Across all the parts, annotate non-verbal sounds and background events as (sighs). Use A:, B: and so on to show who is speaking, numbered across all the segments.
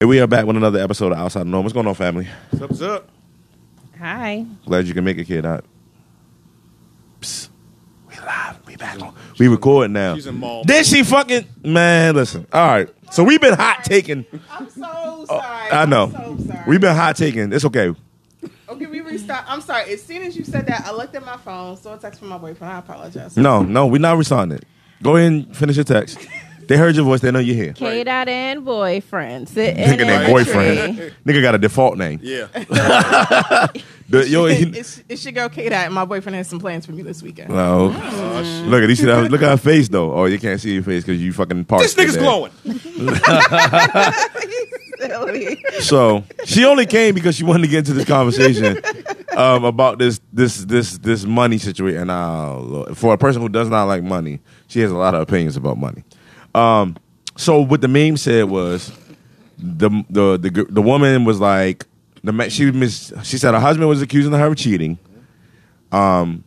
A: And we are back with another episode of Outside of Norm. What's going on, family?
B: What's up?
C: Hi.
A: Glad you can make it, kid. I... Psst. We live. We back on. We record now.
B: She's in mall.
A: Did she fucking man? Listen. All right. So we've been hot taking. Oh,
C: I'm so sorry.
A: I know.
C: I'm so sorry.
A: We've been hot taking. It's okay.
C: okay, we restart. I'm sorry. As soon as you said that, I looked at my phone, saw a text from my boyfriend. I apologize.
A: No, no, we're not responding. Go ahead and finish your text. They heard your voice. They know you're here.
C: K dot and boyfriend sitting
A: Nigga
C: in
A: named
C: the
A: boyfriend.
B: (laughs)
C: tree.
A: Nigga got a default name. (laughs)
B: Yeah.
A: The- yo, he-
C: (laughs) It, it, it should go K dot and my boyfriend has some plans for me this weekend.
A: no. Oh,
B: Uh,
A: Look at you see that, look at her face though. Oh, you can't see your face because you fucking parked.
B: this nigga's
A: there.
B: glowing.
C: Silly.
A: So she only came because she wanted to get into this conversation um, about this this this this money situation. And uh, look, for a person who does not like money, she has a lot of opinions about money. Um, so what the meme said was the the the gr- the woman was like the ma- she mis- she said her husband was accusing her of cheating, um,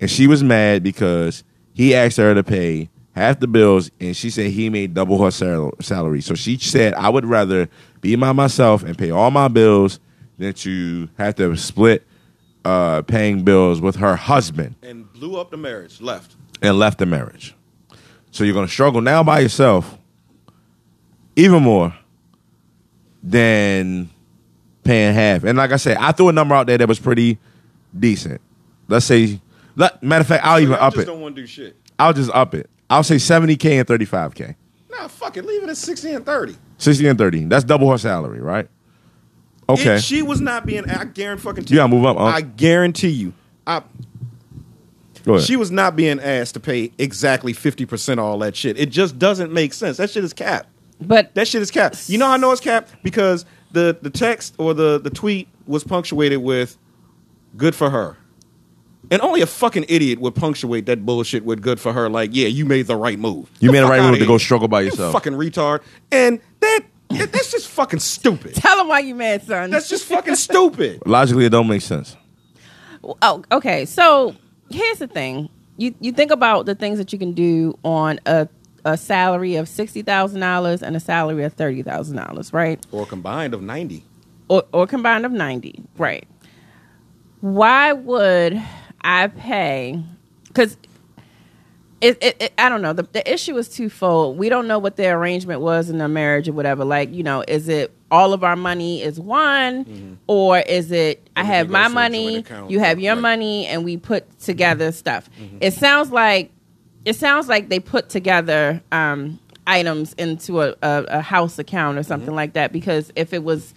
A: and she was mad because he asked her to pay half the bills, and she said he made double her sal- salary. So she said, "I would rather be by myself and pay all my bills than to have to split uh, paying bills with her husband."
B: And blew up the marriage. Left.
A: and left the marriage. So you're going to struggle now by yourself even more than paying half. And like I said, I threw a number out there that was pretty decent. Let's say, let, matter of fact, I'll even
B: Y'all
A: up
B: just
A: it.
B: don't want to do shit.
A: I'll just up it. I'll say 70K and 35K.
B: Nah, fuck it. Leave it at 60 and 30.
A: 60 and 30. That's double her salary, right? Okay.
B: If she was not being, I guarantee fucking
A: You gotta move up, huh?
B: I guarantee you. I,
A: Go ahead.
B: she was not being asked to pay exactly 50% of all that shit. It just doesn't make sense. That shit is cap.
C: But
B: That shit is cap. You know how I know it's cap? Because the, the text or the, the tweet was punctuated with good for her. And only a fucking idiot would punctuate that bullshit with good for her. Like, yeah, you made the right move.
A: you
B: The
A: made the
B: fuck
A: right
B: outta
A: move to
B: here.
A: go struggle by
B: You
A: yourself.
B: fucking retard. And that, that that's just fucking stupid.
C: tell him why you mad, son.
B: That's just
A: (laughs)
B: fucking stupid.
A: Logically, it don't make sense.
D: Oh, okay. So here's the thing. You you think about the things that you can do on a a salary of sixty thousand dollars and a salary of thirty thousand dollars, right?
B: Or combined of ninety.
D: Or or combined of ninety, right? Why would I pay? Because it, it, it, I don't know. The, the issue is twofold. We don't know what their arrangement was in their marriage or whatever. Like, you know, is it all of our money is one, or is it I
B: Mm-hmm. Everything
D: have my
B: goes to a
D: money,
B: joint account, Mm-hmm.
D: you have your
B: like-
D: money, and we put together stuff? It sounds like it sounds like they put together um, items into a, a, a house account or something like that. Because if it was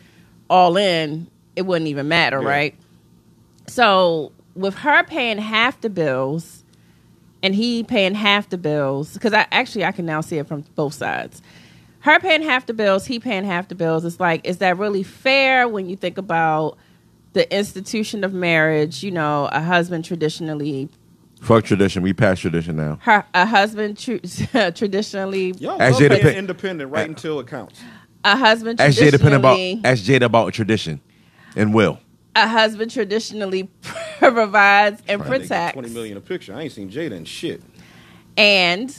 D: all in, it wouldn't even matter,
B: Yeah.
D: right? So with her paying half the bills and he paying half the bills because I actually I can now see it from both sides. Her paying half the bills, he paying half the bills. It's like, is that really fair when you think about the institution of marriage? You know, a husband traditionally,
A: Fuck tradition. We past tradition now.
D: her a husband tr- (laughs) traditionally,
B: Y'all
A: Ask
B: love
A: Jada
B: being
A: Pick-
B: independent right until it counts.
D: a husband
A: Ask Jada, Pinkett about,
D: traditionally,
A: ask Jada about tradition and will.
D: a husband traditionally (laughs) provides and
B: They get
D: protects,
B: Twenty million a picture. I ain't seen Jada in shit.
D: and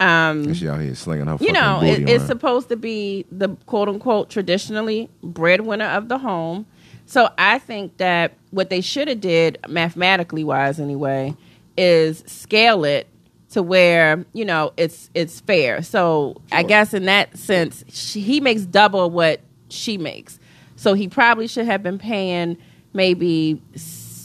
D: um,
A: And she out here slinging her fucking
D: you know,
A: booty
D: it, it's
A: around.
D: supposed to be the quote unquote traditionally breadwinner of the home. So I think that what they should have did, mathematically wise anyway, is scale it to where you know it's it's fair. So I
B: Sure.
D: guess in that sense, she, he makes double what she makes. So he probably should have been paying maybe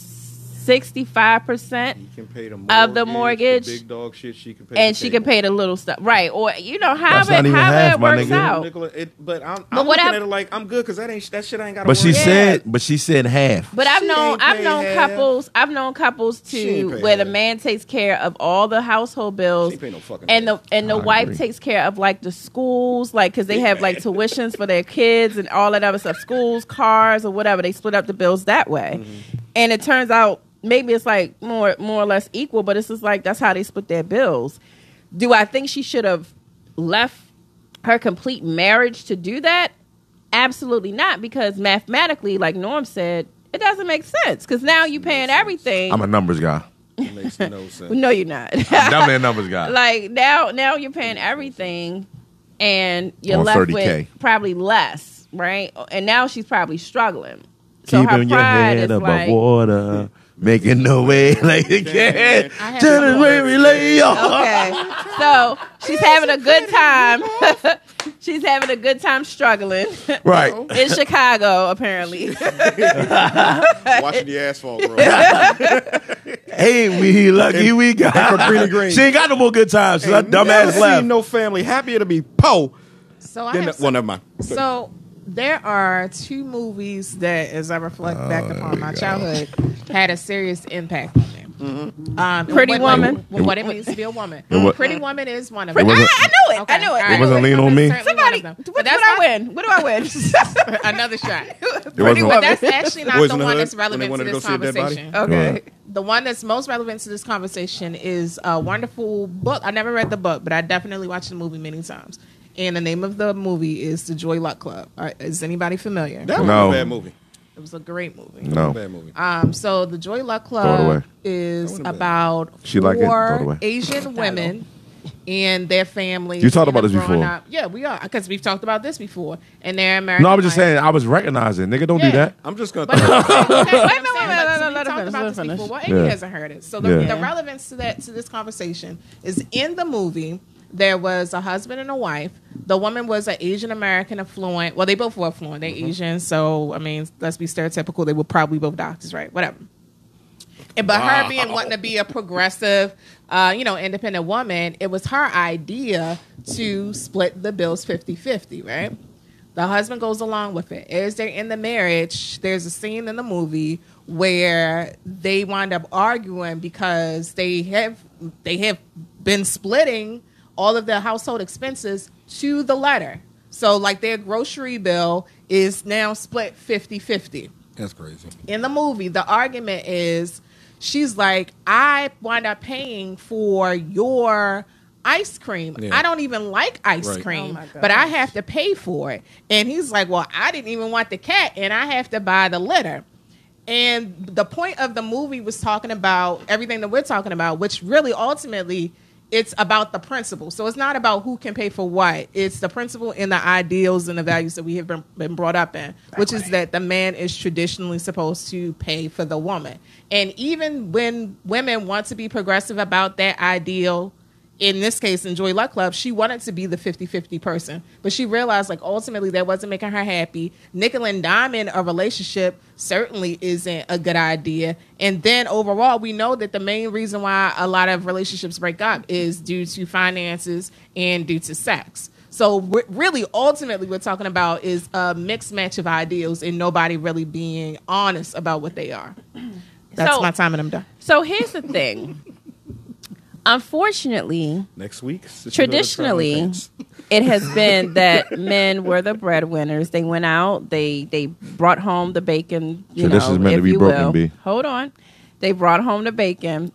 D: sixty five percent
B: You can pay the mortgage,
D: Of the mortgage.
B: the big dog shit. She can pay,
D: and
B: the
D: she
B: table.
D: can pay the little stuff, right? Or you know,
A: That's
D: however,
A: not even
D: however
A: half,
D: it
A: my
D: works
A: nigga.
D: out.
B: Nicola, it, but I'm,
D: But
B: I'm
D: what
B: looking
D: I'm-
B: at it like I'm good because that ain't that shit. I ain't got.
A: But she
B: worry about.
A: said, but she said half.
D: But I've
B: She
D: known
B: ain't
D: I've
B: paying
D: known
B: half.
D: couples I've known couples
B: She ain't
D: too
B: paying
D: where the
B: half.
D: man takes care of all the household bills
B: She ain't paying no fucking
D: and the
B: half.
D: and the
A: I
D: wife
A: agree.
D: takes care of like the schools like cuz they have like tuitions
B: (laughs)
D: for their kids and all that other stuff schools cars or whatever they split up the bills that way.
B: Mm-hmm.
D: And it turns out maybe it's like more more or less equal but it's just like that's how they split their bills. Do I think she should have left her complete marriage to do that? Absolutely not, because mathematically, like Norm said, it doesn't make sense. Because now you're paying everything.
A: I'm a numbers guy.
B: It makes (laughs) no sense.
D: no, you're not.
A: I'm
D: (laughs)
A: definitely a numbers guy.
D: like now, now you're paying everything, and you're
A: On
D: left
A: 30K.
D: with probably less right? And now she's probably struggling. So her
A: Keeping your
D: pride
A: head
D: is
A: above
D: like,
A: water, making no way (laughs) like you can.
C: I have
A: Tell
C: no
A: us where we lay you
D: (laughs) (laughs) okay. So she's having a good time. (laughs) she's having a good time struggling (laughs)
A: Right.
D: in Chicago, apparently.
E: Watching the asphalt,
B: (laughs)
E: bro.
A: Ain't we lucky we got
B: Caprini Green.
A: She ain't got no more good times. She that
B: Never
A: dumbass
B: seen
A: left.
B: no family happier to be po.
C: So I
B: Than,
C: have
B: well, never mind.
C: So there are two movies that, as I reflect back upon my childhood, had a serious impact on me. Um,
D: Pretty
C: what-
D: Woman.
C: like, what- what it means to be a woman.
A: It wa-
C: Pretty Woman is one of
A: It
C: them.
A: wasn't-
D: I knew it. I
C: Okay,
D: knew it.
C: all
D: I
C: right.
D: knew
A: wasn't
D: it.
A: Lean on Me?
C: Certainly one
D: Somebody,
C: of them.
D: what,
C: But
D: what do
C: that's
D: I
C: not-
D: win? What do I win?
C: (laughs) Another shot.
A: It wasn't-
C: But that's actually not
B: Boys
C: the
B: in the
C: one
B: Hood,
C: that's
B: when they
C: relevant
B: wanted
C: to
B: to
C: this
B: go see a dead body?
C: conversation.
D: okay.
C: The one that's most relevant to this conversation is a wonderful book. I never read the book, but I definitely watched the movie many times. And the name of the movie is The Joy Luck Club. Uh, Is anybody familiar?
B: That was
A: No.
B: a bad movie.
C: It was a great movie.
A: No.
B: Bad movie.
C: Um, so the Joy Luck
A: Throw it away.
C: Club is about
A: She
C: four
A: like it? Throw it away.
C: Asian women and their families.
A: You talked
C: and
A: about this
C: growing
A: before.
C: up- Yeah, we are because we've talked about this before, and they're American.
A: No, I was just
C: life.
A: saying, I was recognizing. Nigga, don't do
C: Yeah.
A: that.
B: I'm just gonna.
C: But (laughs)
B: throw-
C: okay, wait a minute,
D: wait a
C: wait
D: minute,
C: a
D: let her
C: minute.
D: finish, let
C: talked
D: her
C: about this
D: finish.
C: before. Well, Amy
A: Yeah.
C: hasn't heard it. So the,
A: Yeah.
C: the relevance to that to this conversation is in the movie. There was a husband and a wife. The woman was an Asian American affluent. Well, they both were affluent.
A: Mm-hmm.
C: They're Asian, so I mean, let's be stereotypical. They were probably both doctors, right? Whatever. And but her being wanting to be a progressive, uh, you know, independent woman, it was her idea to split the bills 50-50, right? The husband goes along with it. As they're in the marriage, there's a scene in the movie where they wind up arguing because they have they have been splitting all of their household expenses to the letter. So like their grocery bill is now split 50-50
E: That's crazy.
C: in the movie, the argument is she's like, I wind up paying for your ice cream.
E: Yeah.
C: I don't even like ice
E: Right.
C: cream,
D: Oh my
C: but I
D: gosh.
C: have to pay for it. And he's like, Well, I didn't even want the cat, and I have to buy the litter. And the point of the movie was talking about everything that we're talking about, which really ultimately it's about the principle. So it's not about who can pay for what. It's the principle and the ideals and the values that we have been, been brought up in, which is that the man is traditionally supposed to pay for the woman. And even when women want to be progressive about that ideal, in this case in joy luck club she wanted to be the 50-50 person but she realized like ultimately that wasn't making her happy nickel and diamond a relationship certainly isn't a good idea and then overall we know that the main reason why a lot of relationships break up is due to finances and due to sex so we're, really ultimately we're talking about is a mixed match of ideals and nobody really being honest about what they are that's
D: So-
C: my time and i'm done
D: So here's the thing. Unfortunately,
B: Next week. Sisterhood of Traveling
D: traditionally
B: Pants.
D: it has
A: (laughs)
D: been that men were the breadwinners they went out they they brought home the bacon you
A: So this
D: know,
A: is meant to
D: if
A: be
D: you
A: broken,
D: will.
A: B.
D: hold on they brought home the bacon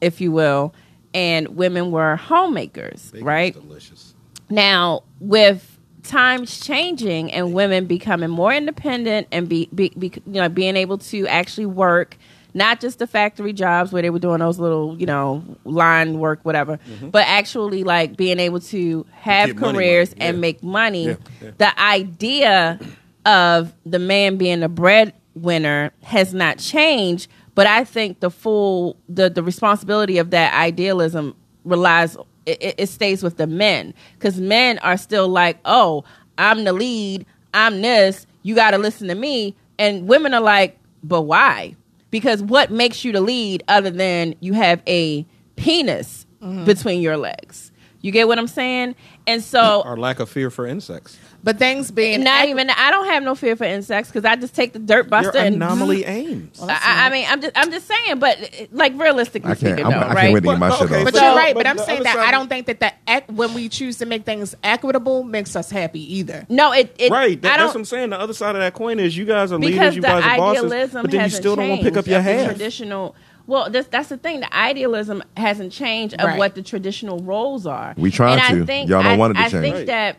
D: if you will and women were homemakers
E: Bacon's
D: right
E: Delicious.
D: now, with times changing and women becoming more independent and be, be, be you know being able to actually work, not just the factory jobs where they were doing those little you know line work whatever, but actually like being able to have
B: Mm-hmm. Get money,
D: careers
B: money.
D: and
B: Yeah.
D: make money.
B: Yeah, yeah.
D: The idea of the man being the breadwinner has not changed, but I think the full the the responsibility of that idealism relies it, it- it stays with the men because men are still like, oh, I'm the lead, I'm this, you got to listen to me, and women are like, but why? Because what makes you the lead other than you have a penis between your legs? You get what I'm saying? And so
B: Our lack of fear for insects.
C: but things being
D: not even. I don't have no fear for insects because I just take the dirt
B: Your
D: buster and
B: anomaly aims.
D: (laughs) I, I- I mean, I'm just, I'm just saying, but eh, like realistically
A: I can't.
D: speaking,
A: I'm,
D: though,
A: I
D: right?
A: can't wait to get my
B: But-
A: shit
B: okay,
A: off.
C: But
B: So-
C: you're right.
B: but
C: But, I'm
B: the
C: saying
B: other
C: that
B: side-
C: I don't think that the ec- when we choose to make things equitable makes us happy either.
D: no, it, it
B: Right, that,
D: I
B: that's what I'm
D: don't
B: saying. The other side of that coin is you guys are
D: because
B: leaders, you
D: the
B: guys are bosses,
D: idealism
B: but then you
D: hasn't
B: still don't want
D: changed
B: to pick up your
D: of the
B: half.
D: Traditional. Well, that's that's the thing. The idealism hasn't changed of
C: Right.
D: what the traditional roles are.
A: We trying
D: and I
A: to.
D: Think,
A: Y'all don't
D: I,
A: want it to
D: I
A: change.
D: think
A: Right.
D: that.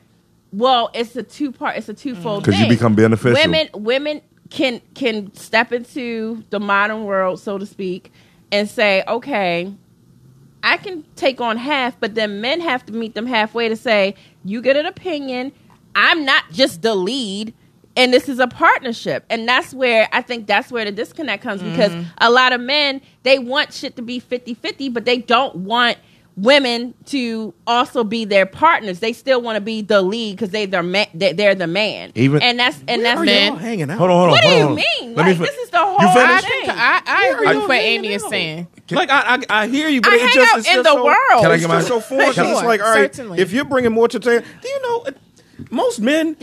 D: Well, it's a two part. It's a twofold.
A: Mm. 'Cause you
D: thing.
A: become beneficial.
D: Women, women can can step into the modern world, so to speak, and say, okay, I can take on half, but then men have to meet them halfway to say, you get an opinion. I'm not just the lead. and this is a partnership and that's where i think that's where the disconnect comes because a lot of men they want shit to be 50-50 but they don't want women to also be their partners they still want to be the lead because they, they're, ma- they- they're the man
A: Even-
D: and that's and that's men
B: hanging out.
A: Hold on, hold on.
D: what do
A: hold
D: you
A: on. Let
D: mean like
A: me fi-
D: this is the whole
A: You
C: I,
A: finished?
C: think, I, I agree
B: you
C: with what
B: hanging
C: Amy is
B: out?
C: saying.
B: Like I, I, I hear you, but
D: I
B: it
D: hang
B: just
D: out
B: it's
D: in
B: just
D: the
B: so,
D: world.
A: Can I
B: it's
A: get my-
B: just so foreign.
C: Sure,
B: It's like, all right,
C: certainly.
B: if you're bringing more to the table, do you know? uh, Most men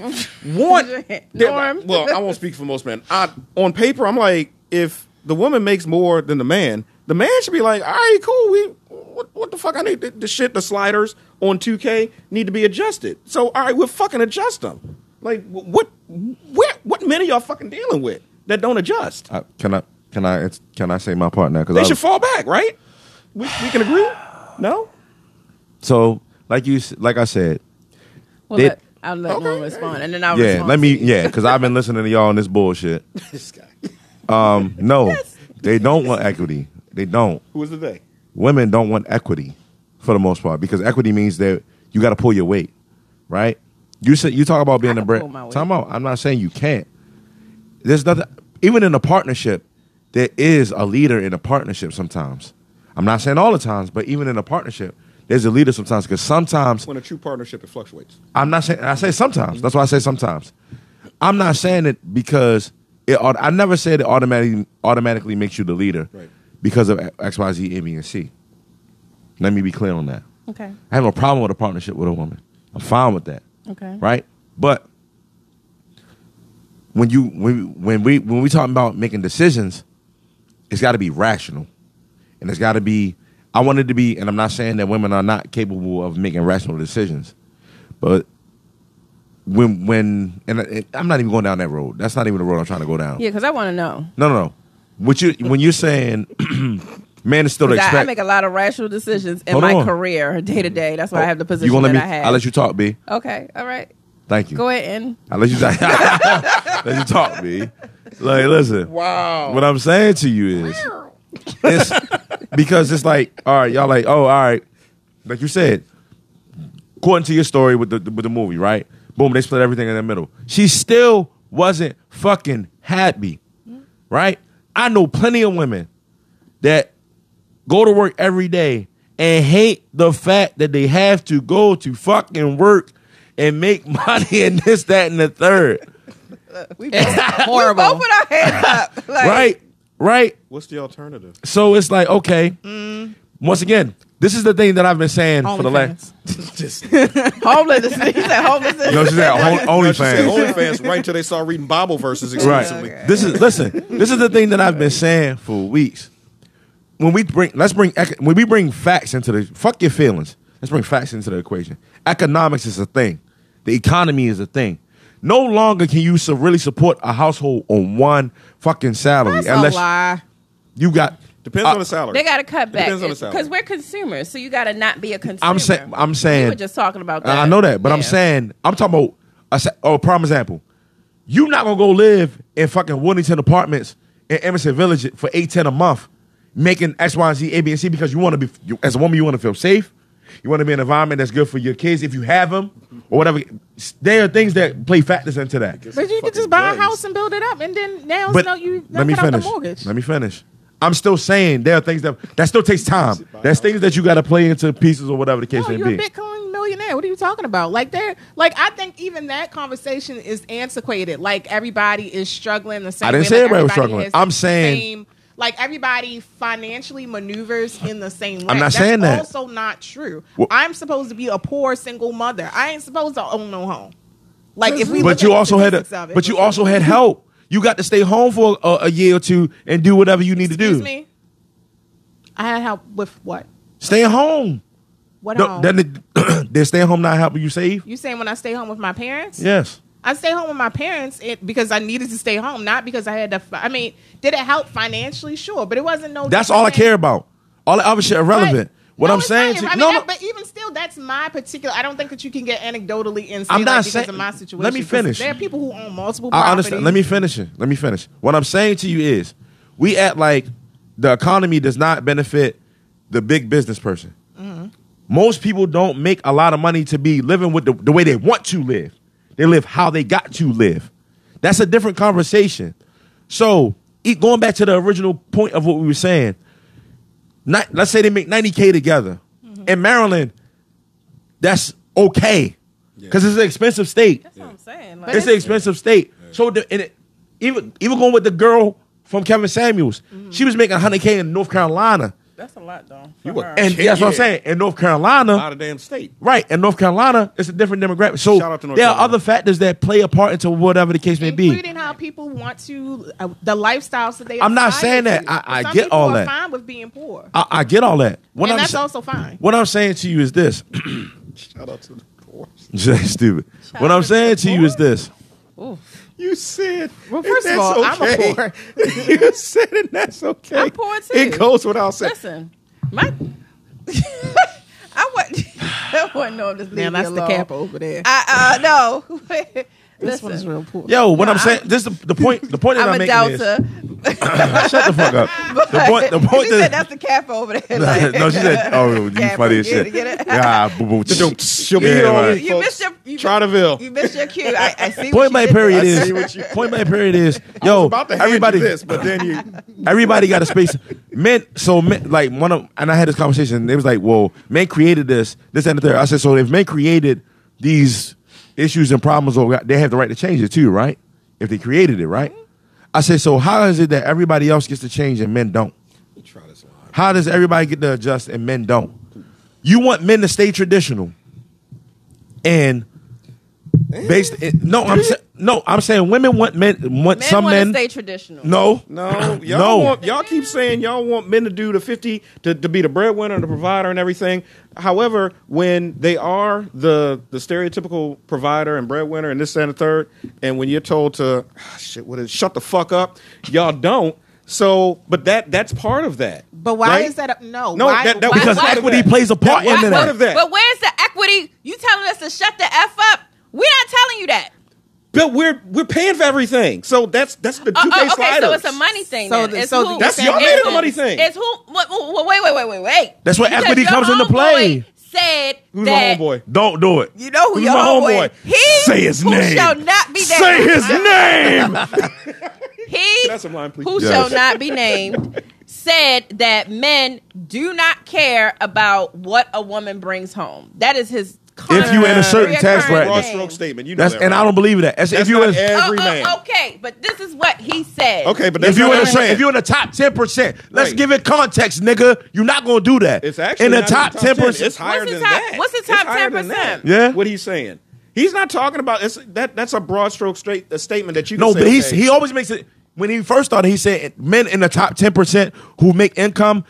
B: want. their-
D: (laughs) Norm.
B: Well, I won't speak for most men. I, on paper, I'm like, if the woman makes more than the man, the man should be like, all right, cool. We what, what the fuck? I need the, the shit. The sliders on 2K need to be adjusted. So all right, we'll fucking adjust them. Like wh- what? What? What men are y'all fucking dealing with that don't adjust?
A: I- Uh, Can I? Can I? It's, can I say my part now? Because
B: They should fall back, right? We, we can
E: (sighs)
B: agree. No.
A: So, like you, s- like I said,
D: Well,
A: Did-
D: let- I'll let
B: Okay.
D: Norm respond, and then I'll
A: yeah.
D: respond.
A: Let
D: to
A: me,
D: you.
A: yeah, because I've been listening to y'all on this bullshit.
E: (laughs) this guy.
D: (laughs)
A: Um, no, they don't want equity. They don't.
B: Who was the they?
A: Women don't want equity for the most part because equity means that you got to pull your weight, right? You said you talk about being
D: I
A: a
D: can pull
A: brand.
D: my weight.
A: Time out. I'm not saying you can't. There's nothing. Even in a partnership, there is a leader in a partnership sometimes. I'm not saying all the times, but even in a partnership, there's a leader sometimes because sometimes
B: When a true partnership it fluctuates.
A: I'm not saying. I say sometimes. That's why I say sometimes. I'm not saying it because it. au- I never said it automatically automatically makes you the leader
B: Right.
A: because of X, Y, Z, A, B, and C. Let me be clear on that.
D: Okay.
A: I have no problem with a partnership with a woman. I'm fine with that.
D: Okay.
A: Right. But when you when when we when we talking about making decisions, it's got to be rational, and it's got to be. I want it to be, and I'm not saying that women are not capable of making rational decisions, but when when and I- I'm not even going down that road. That's not even the road I'm trying to go down.
D: Yeah, because I want to know.
A: No, no, no. What you when you're saying, (clears throat) man is still
D: 'Cause
A: expect.
D: I, I make a lot of rational decisions in
A: Hold
D: my
A: on. Oh,
D: career, day to day. That's why I have the position
A: you gonna
D: that
A: let me?
D: I have.
A: will let you talk, B.
D: okay. All right.
A: Thank you.
D: Go ahead and (laughs)
A: I let you talk. let you talk, (laughs) B. Like, listen.
B: Wow.
A: What I'm saying to you is, it's because it's like, all right, y'all like, oh, all right, like you said, according to your story with the with the movie, right? Boom, they split everything in the middle. She still wasn't fucking happy, right? I know plenty of women that go to work every day and hate the fact that they have to go to fucking work and make (laughs) money and this, that, and the third.
D: we both, horrible. We both put our
A: (laughs)
D: hands up. Like,
A: Right? Right?
B: What's the alternative?
A: So it's like, okay. Once again, this is the thing that I've been saying for the last.
E: Just
D: Homeless. He
A: (laughs)
D: said homeless.
A: No, she's at
B: They
A: OnlyFans.
B: OnlyFans right till they start reading Bible verses
A: Right.
B: exclusively.
A: This is listen. This is the thing that I've been saying for weeks. When we bring, let's bring ec- when we bring facts into the fuck your feelings. Let's bring facts into the equation. Economics is a thing. The economy is a thing. No longer can you so really support a household on one fucking salary
C: That's
A: unless
C: a lie.
A: you got. uh,
B: Depends
A: I-
B: on the salary.
D: They got to cut back
B: Depends on the salary.
D: because we're consumers, so you got to not be a consumer.
A: I'm saying. I'm
D: we
A: saying.
D: were just talking about that.
A: I know that, but I'm
D: Yeah.
A: saying I'm talking about a sa- oh, prime example. You not gonna go live in fucking Woodington Apartments in Emerson Village for eight ten a month, making X Y and Z A B and C because you want to be you, as a woman you want to feel safe. You want to be in an environment that's good for your kids if you have them or whatever. S- There are things that play factors into that.
C: But you could just buy a house and build it up, and then now it's
A: But
C: no, you
A: let me
C: knock it out
A: finish.
C: the mortgage.
A: Let me finish. I'm still saying there are things that that still takes time. There's things that you got to play into pieces or whatever the case
C: No,
A: may
C: Oh, you're
A: be.
C: a Bitcoin millionaire. What are you talking about? Like there, like I think even that conversation is antiquated. Like everybody is struggling the same.
A: I didn't
C: way.
A: say
C: Like,
A: everybody was
C: everybody
A: struggling.
C: has
A: I'm
C: the
A: saying-
C: same- like everybody financially maneuvers in the same way.
A: not
C: That's
A: saying that.
C: Also not true.
A: Well-
C: I'm supposed to be a poor single mother. I ain't supposed to own no home. Like if we
A: but
C: look
A: you
C: at
A: also had
C: statistics
A: a,
C: of it,
A: but you also
C: (laughs)
A: had help. You got to stay home for a, a year or two and do whatever you need to
C: excuse
A: do.
C: me. I had help with what?
A: Stay home.
C: What
A: No,
C: home?
A: then the, (clears throat) did stay home not help you save?
C: you saying when I stay home with my parents?
A: Yes.
C: I stay home with my parents it, because I needed to stay home, not because I had to. fi- I mean, did it help financially? Sure, but it wasn't no.
A: That's all I
C: different
A: care about. All the other shit
C: than-
A: irrelevant. what
C: No,
A: I'm
C: it's
A: saying,
C: not.
A: to,
C: I mean,
A: no,
C: that-
A: no,
C: but even still, that's my particular. I don't think that you can get anecdotally and say
A: I'm
C: like,
A: not
C: because
A: saying-
C: of my situation.
A: let me
C: 'cause
A: finish.
C: There are people who own multiple.
A: I understand.
C: properties.
A: Let me finish it. Let me finish. What I'm saying to you is, we act like the economy does not benefit the big business person.
C: Mm-hmm.
A: Most people don't make a lot of money to be living with the, the way they want to live. They live how they got to live. That's a different conversation. So e- going back to the original point of what we were saying, ni- let's say they make 90K together.
C: Mm-hmm.
A: In Maryland, that's okay. Because it's an expensive state
D: That's what I'm saying.
C: But
D: Like,
A: it's an expensive state. So the, and it, even even going with the girl from Kevin Samuels, she was making 100k in North Carolina,
D: that's a lot, though. for
B: You were-
D: her.
A: and that's what I'm
E: yeah.
A: saying. In North
B: out
A: Carolina,
B: of damn state.
A: right? In North Carolina, it's a different demographic. So
B: Shout out to North
A: there are
B: Carolina.
A: other factors that play a part into whatever the case may be.
C: Including how people want to uh, the lifestyles that they.
A: I'm not
C: aspire
A: saying that.
C: to.
A: I- I
C: Some
A: get
C: people
A: all
C: are
A: that.
C: Fine with being poor,
A: I, I get all that. What
C: and
A: I'm
C: that's
A: sa-
C: also fine.
A: what I'm saying to you is this. (laughs)
E: Shout out to the Dwarfs.
A: That's stupid. What I'm saying to you is this.
E: You said.
C: Well,
E: and
C: first of
E: that's
C: all, I'm a
E: okay. (laughs) you said, and that's okay.
D: I'm poor, too.
E: It goes without saying.
D: Listen, my. (laughs) I wouldn't. (laughs) I wouldn't know if this.
C: Now
D: leave me
C: that's the
D: alone.
C: cap over there.
D: I uh no. (laughs) Listen,
C: this one is real poor.
A: Yo, what
D: No,
A: I'm saying. This is the, the point. The
D: (laughs)
A: point that I'm,
D: I'm a
A: making is- (laughs)
D: doubter.
A: Shut the fuck up. (laughs) The point. The point.
D: she
A: that-
D: said that's the cap over
A: (laughs)
D: there.
A: no,
D: Like,
A: no,
D: (laughs)
A: she said, "Oh, you
D: Cap,
A: funny as
D: get it,
A: shit."
D: get it.
A: Yeah, ah, boom, boom,
B: She'll be
A: Yeah,
B: here
A: right.
B: on
D: you missed your you,
B: Charterville.
D: You missed your cue. I, I see.
A: Point
D: what
A: blank
D: you did there.
A: period
E: I
A: is
E: see what you-
A: (laughs) point blank period is yo
E: About to hand
A: everybody
E: you this, but then
D: (laughs)
E: you.
A: everybody got a space men so men like one of and I had this conversation they was like well men created this this and the third I said so if men created these issues and problems or they have the right to change it too right if they created it right I said so how is it that everybody else gets to change and men don't
E: Try this line.
A: how does everybody get to adjust and men don't? You want men to stay traditional, and based in- no, I'm sa- no, I'm saying women want men want
D: Men
A: some
D: wanna
A: men
D: stay traditional.
A: no (coughs)
B: No, y'all
A: No.
B: want y'all keep saying y'all want men to do the fifty to, to be the breadwinner and the provider and everything. However, when they are the the stereotypical provider and breadwinner and this that, and the third, and when you're told to ah, shit, what is shut the fuck up, y'all don't. So, but that that's part of that.
C: But why
B: right?
C: is that? A, no,
B: No,
C: why,
B: that- that-
C: why,
A: because
C: why-
A: equity plays a part
B: That
A: in
B: was part of
A: that.
B: that.
D: But where's the equity? You telling us to shut the f up? We're not telling you that.
B: But we're we're paying for everything. So that's that's the two
D: Oh,
B: pay
D: oh, okay,
B: sliders.
D: so it's a money thing.
C: So
D: then.
C: the-
D: It's
C: so
D: who,
C: the- That's
B: y'all
D: it's
B: made it a
D: who-
B: money thing.
D: It's who? Wait, wait, wait, wait, wait, wait.
A: That's where
D: Because
A: equity
D: your
A: comes into
D: homeboy
A: play.
D: Said
B: Who's
D: that
B: my homeboy?
A: Don't do it.
D: You know who
A: Who's
D: your
A: my
D: homeboy?
A: homeboy?
D: He
A: Say his
D: who
A: name.
D: shall not be named.
A: Say
D: (laughs)
A: his name.
D: He
B: That's a line, please.
D: who
A: Yes.
D: shall not be named said that men do not care about what a woman brings home. That is his.
A: If you in a certain tax
D: reoccurring
A: bracket.
B: broad
D: thing.
B: stroke statement. You know
A: That's
B: that,
A: and
B: right?
A: I don't believe that. That's-
B: That's
A: if you
B: not
A: in,
D: Oh,
B: every
D: oh,
B: man.
D: okay, but this is what he said.
B: Okay, but that's
A: if you
B: not
A: in a
B: every
A: certain,
B: man.
A: if you in the top ten percent, let's
B: Right.
A: give it context, nigga. You're not gonna do that.
B: It's actually
A: in the
B: not even
A: top ten
B: 10.
A: percent.
B: It's higher
D: What's the
B: than
D: top-
B: that.
D: what's the
B: It's
D: top
B: higher than that.
D: 10%?
A: Yeah.
B: What he's saying. He's not talking about it's, that. That's a broad stroke straight a statement that you. Can
A: No,
B: say,
A: but he's,
B: okay,
A: he always makes it. When he first started, he said men in the top ten percent who make income.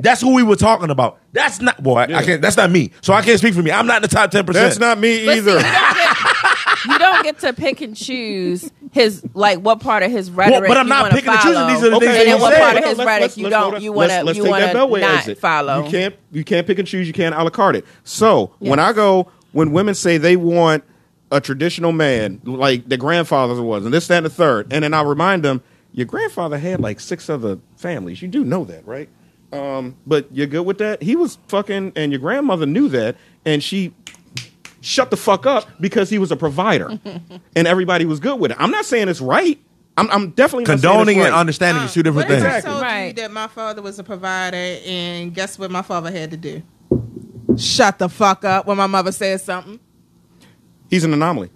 A: That's who we were talking about. That's not boy. I, I
B: Yeah.
A: can't. That's not me. So I can't speak for me. I'm not in the top ten percent.
B: That's not me
D: But see,
B: either.
D: you, don't get, you don't get to pick and choose his like what part of his rhetoric.
A: Well, but I'm
D: you
A: not
D: wanna
A: picking and choosing.
D: follow.
A: These are the
B: Okay,
A: things that
B: and then
A: he
B: what
A: said.
B: part
D: of his rhetoric you don't-
B: hold on.
D: you wanna-
B: Let's- let's
D: you
B: take that
D: wanna
B: Beltway
D: not
B: exit.
D: follow.
B: You can't you can't pick and choose. You can't a la carte it. So when
D: Yes.
B: I go, when women say they want a traditional man like their grandfathers was, and this, that, and the third, and then I remind them, your grandfather had like six other families. You do know that, right? Um, but you're good with that. He was fucking, and your grandmother knew that, and she shut the fuck up because he was a
D: (laughs)
B: provider, and everybody was good with it. I'm not saying it's right. I'm, I'm definitely not saying it's
A: Condoning and
B: right.
A: understanding is two
C: What
A: different
C: if I
A: things.
C: told you
D: Right.
C: that my father was a provider, and guess what my father had to do? Shut the fuck up when my mother says something.
B: He's an anomaly.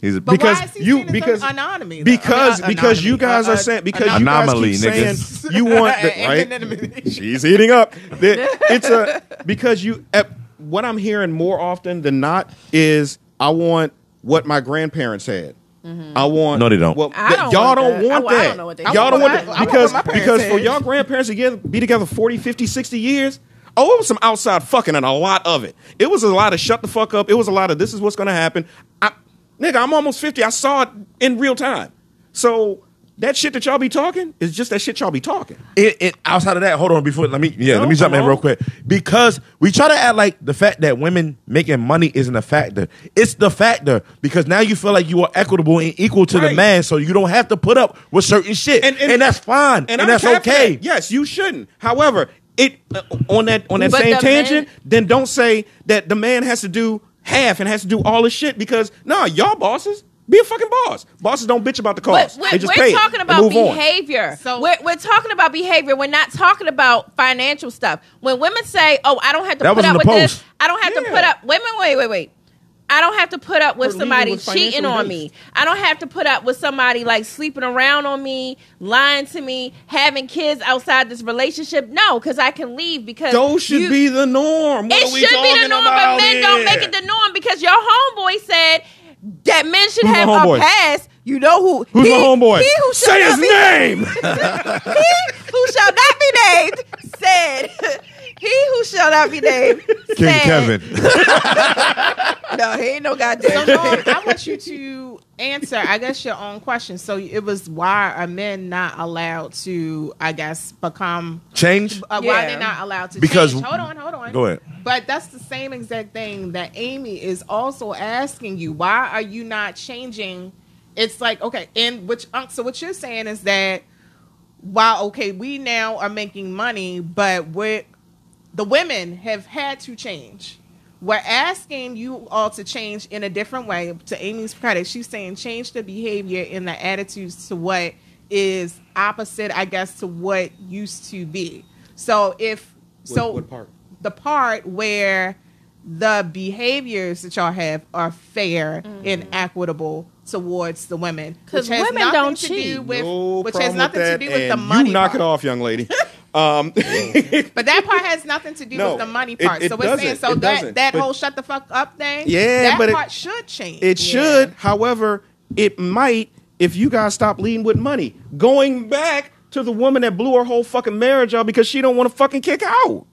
A: He's a
C: But
B: Because
C: why is he
B: you-
C: seen as
B: because-
C: an anomaly? though?
B: because
C: I mean, uh,
B: because you
C: anonymity.
B: guys
C: Uh,
B: are
C: uh,
B: saying because
A: Anomaly,
B: you guys keep
A: niggas.
C: (laughs)
B: saying you want the,
C: Ain't
B: right.
C: nothing to me.
B: She's heating up. That- It's
C: (laughs)
B: a because you. eh, What I'm hearing more often than not is I want what my grandparents had.
C: Mm-hmm.
B: I want.
A: No, they don't.
B: Well,
D: I
B: th-
D: don't
B: y'all
D: want
B: don't
D: that.
B: want
D: I- I
B: that.
D: don't know what they
B: y'all
D: had.
B: don't
C: I
B: want that
C: want what
B: because
C: my parents
B: because for
C: had.
B: y'all grandparents to get, be together 40, 50, 60 years. Oh, it was some outside fucking and a lot of it. It was a lot of shut the fuck up. It was a lot of this is what's going to happen. I, nigga, I'm almost 50. I saw it in real time. So that shit that y'all be talking is just that shit y'all be talking.
A: it, it outside of that, hold on before let me yeah, let
B: No,
A: me jump
B: come
A: in real
B: on.
A: quick. Because we try to act like the fact that women making money isn't a factor. It's the factor because now you feel like you are equitable and equal to the
B: Right.
A: man, so you don't have to put up with certain shit. And,
B: And- and-
A: that's fine. And,
B: I'm
A: that's
B: cap for
A: okay.
B: that. Yes, you shouldn't. However, it uh, on that on that
D: But
B: same
D: the
B: tangent,
D: man-
B: then don't say that the man has to do half and has to do all this shit because nah, y'all bosses. Be a fucking boss. Bosses don't bitch about the
D: But
B: cost.
D: we're,
B: they just
D: we're
B: pay it
D: talking
B: and
D: about
B: move on.
D: behavior.
C: So-
D: we're, we're talking about behavior. We're not talking about financial stuff. When women say, "Oh, I don't have to
A: That
D: put
A: was
D: up
A: in
D: with
A: the
D: this.
A: post.
D: I don't have to
B: Yeah.
D: put up." Wait, wait, wait, wait, wait. I don't have to put up with
B: leaving
D: somebody
B: was
D: cheating
B: financially
D: on me.
B: based.
D: I don't have to put up with somebody like sleeping around on me, lying to me, having kids outside this relationship. No, because I can leave because
B: Those should
D: you-
B: be the norm. What
D: it
B: are we
D: should be the
B: talking
D: norm,
B: about
D: but men don't
B: here?
D: make it the norm because your homeboy said that men should
B: Who's my
D: have a
B: homeboy?
D: pass. You know who?
B: Who's
D: he,
B: my homeboy?
D: He who shall
B: Say
D: not
B: his
D: be, (laughs)
B: name.
D: He who shall not be named said. He who shall not be named
A: King
D: said,
A: Kevin.
D: No, he ain't no
C: So,
D: goddamn.
C: Norm,
B: (laughs)
C: I want you to answer, I guess, your own question. So it was why are men not allowed to, I guess, become
A: Change.
C: uh, why
D: Yeah.
C: they're not allowed to
A: Because-
C: change. Hold on, hold on.
A: Go ahead.
C: But that's the same exact thing that Amy is also asking you. Why are you not changing? It's like okay, and which Unc, so what you're saying is that while okay, we now are making money, but we're the women have had to change. We're asking you all to change in a different way. To Amy's credit, she's saying change the behavior and the attitudes to what is opposite, I guess, to what used to be. So if so,
B: what part?
C: the part where the behaviors that y'all have are fair and equitable towards the women,
D: 'Cause
C: which has
D: Mm-hmm. women
C: nothing
D: don't
C: to
D: cheat.
C: do with
B: No
C: which
B: problem
C: has
B: with
C: nothing to
B: that,
C: do with the
B: and
C: money.
B: You knock
C: part.
B: it off, young
D: (laughs)
B: lady. Um,
C: But that part has nothing to do
B: No,
C: with the money
B: it-
C: part.
B: it
C: so we're
B: doesn't.
C: saying so
B: It
C: that
B: doesn't.
C: that
B: But-
C: whole shut the fuck up thing.
B: Yeah,
C: that
B: but it-
C: part should change.
B: It should, however, it might if you guys stop leading with money. Going back to the woman that blew her whole fucking marriage out because she don't want to fucking kick out.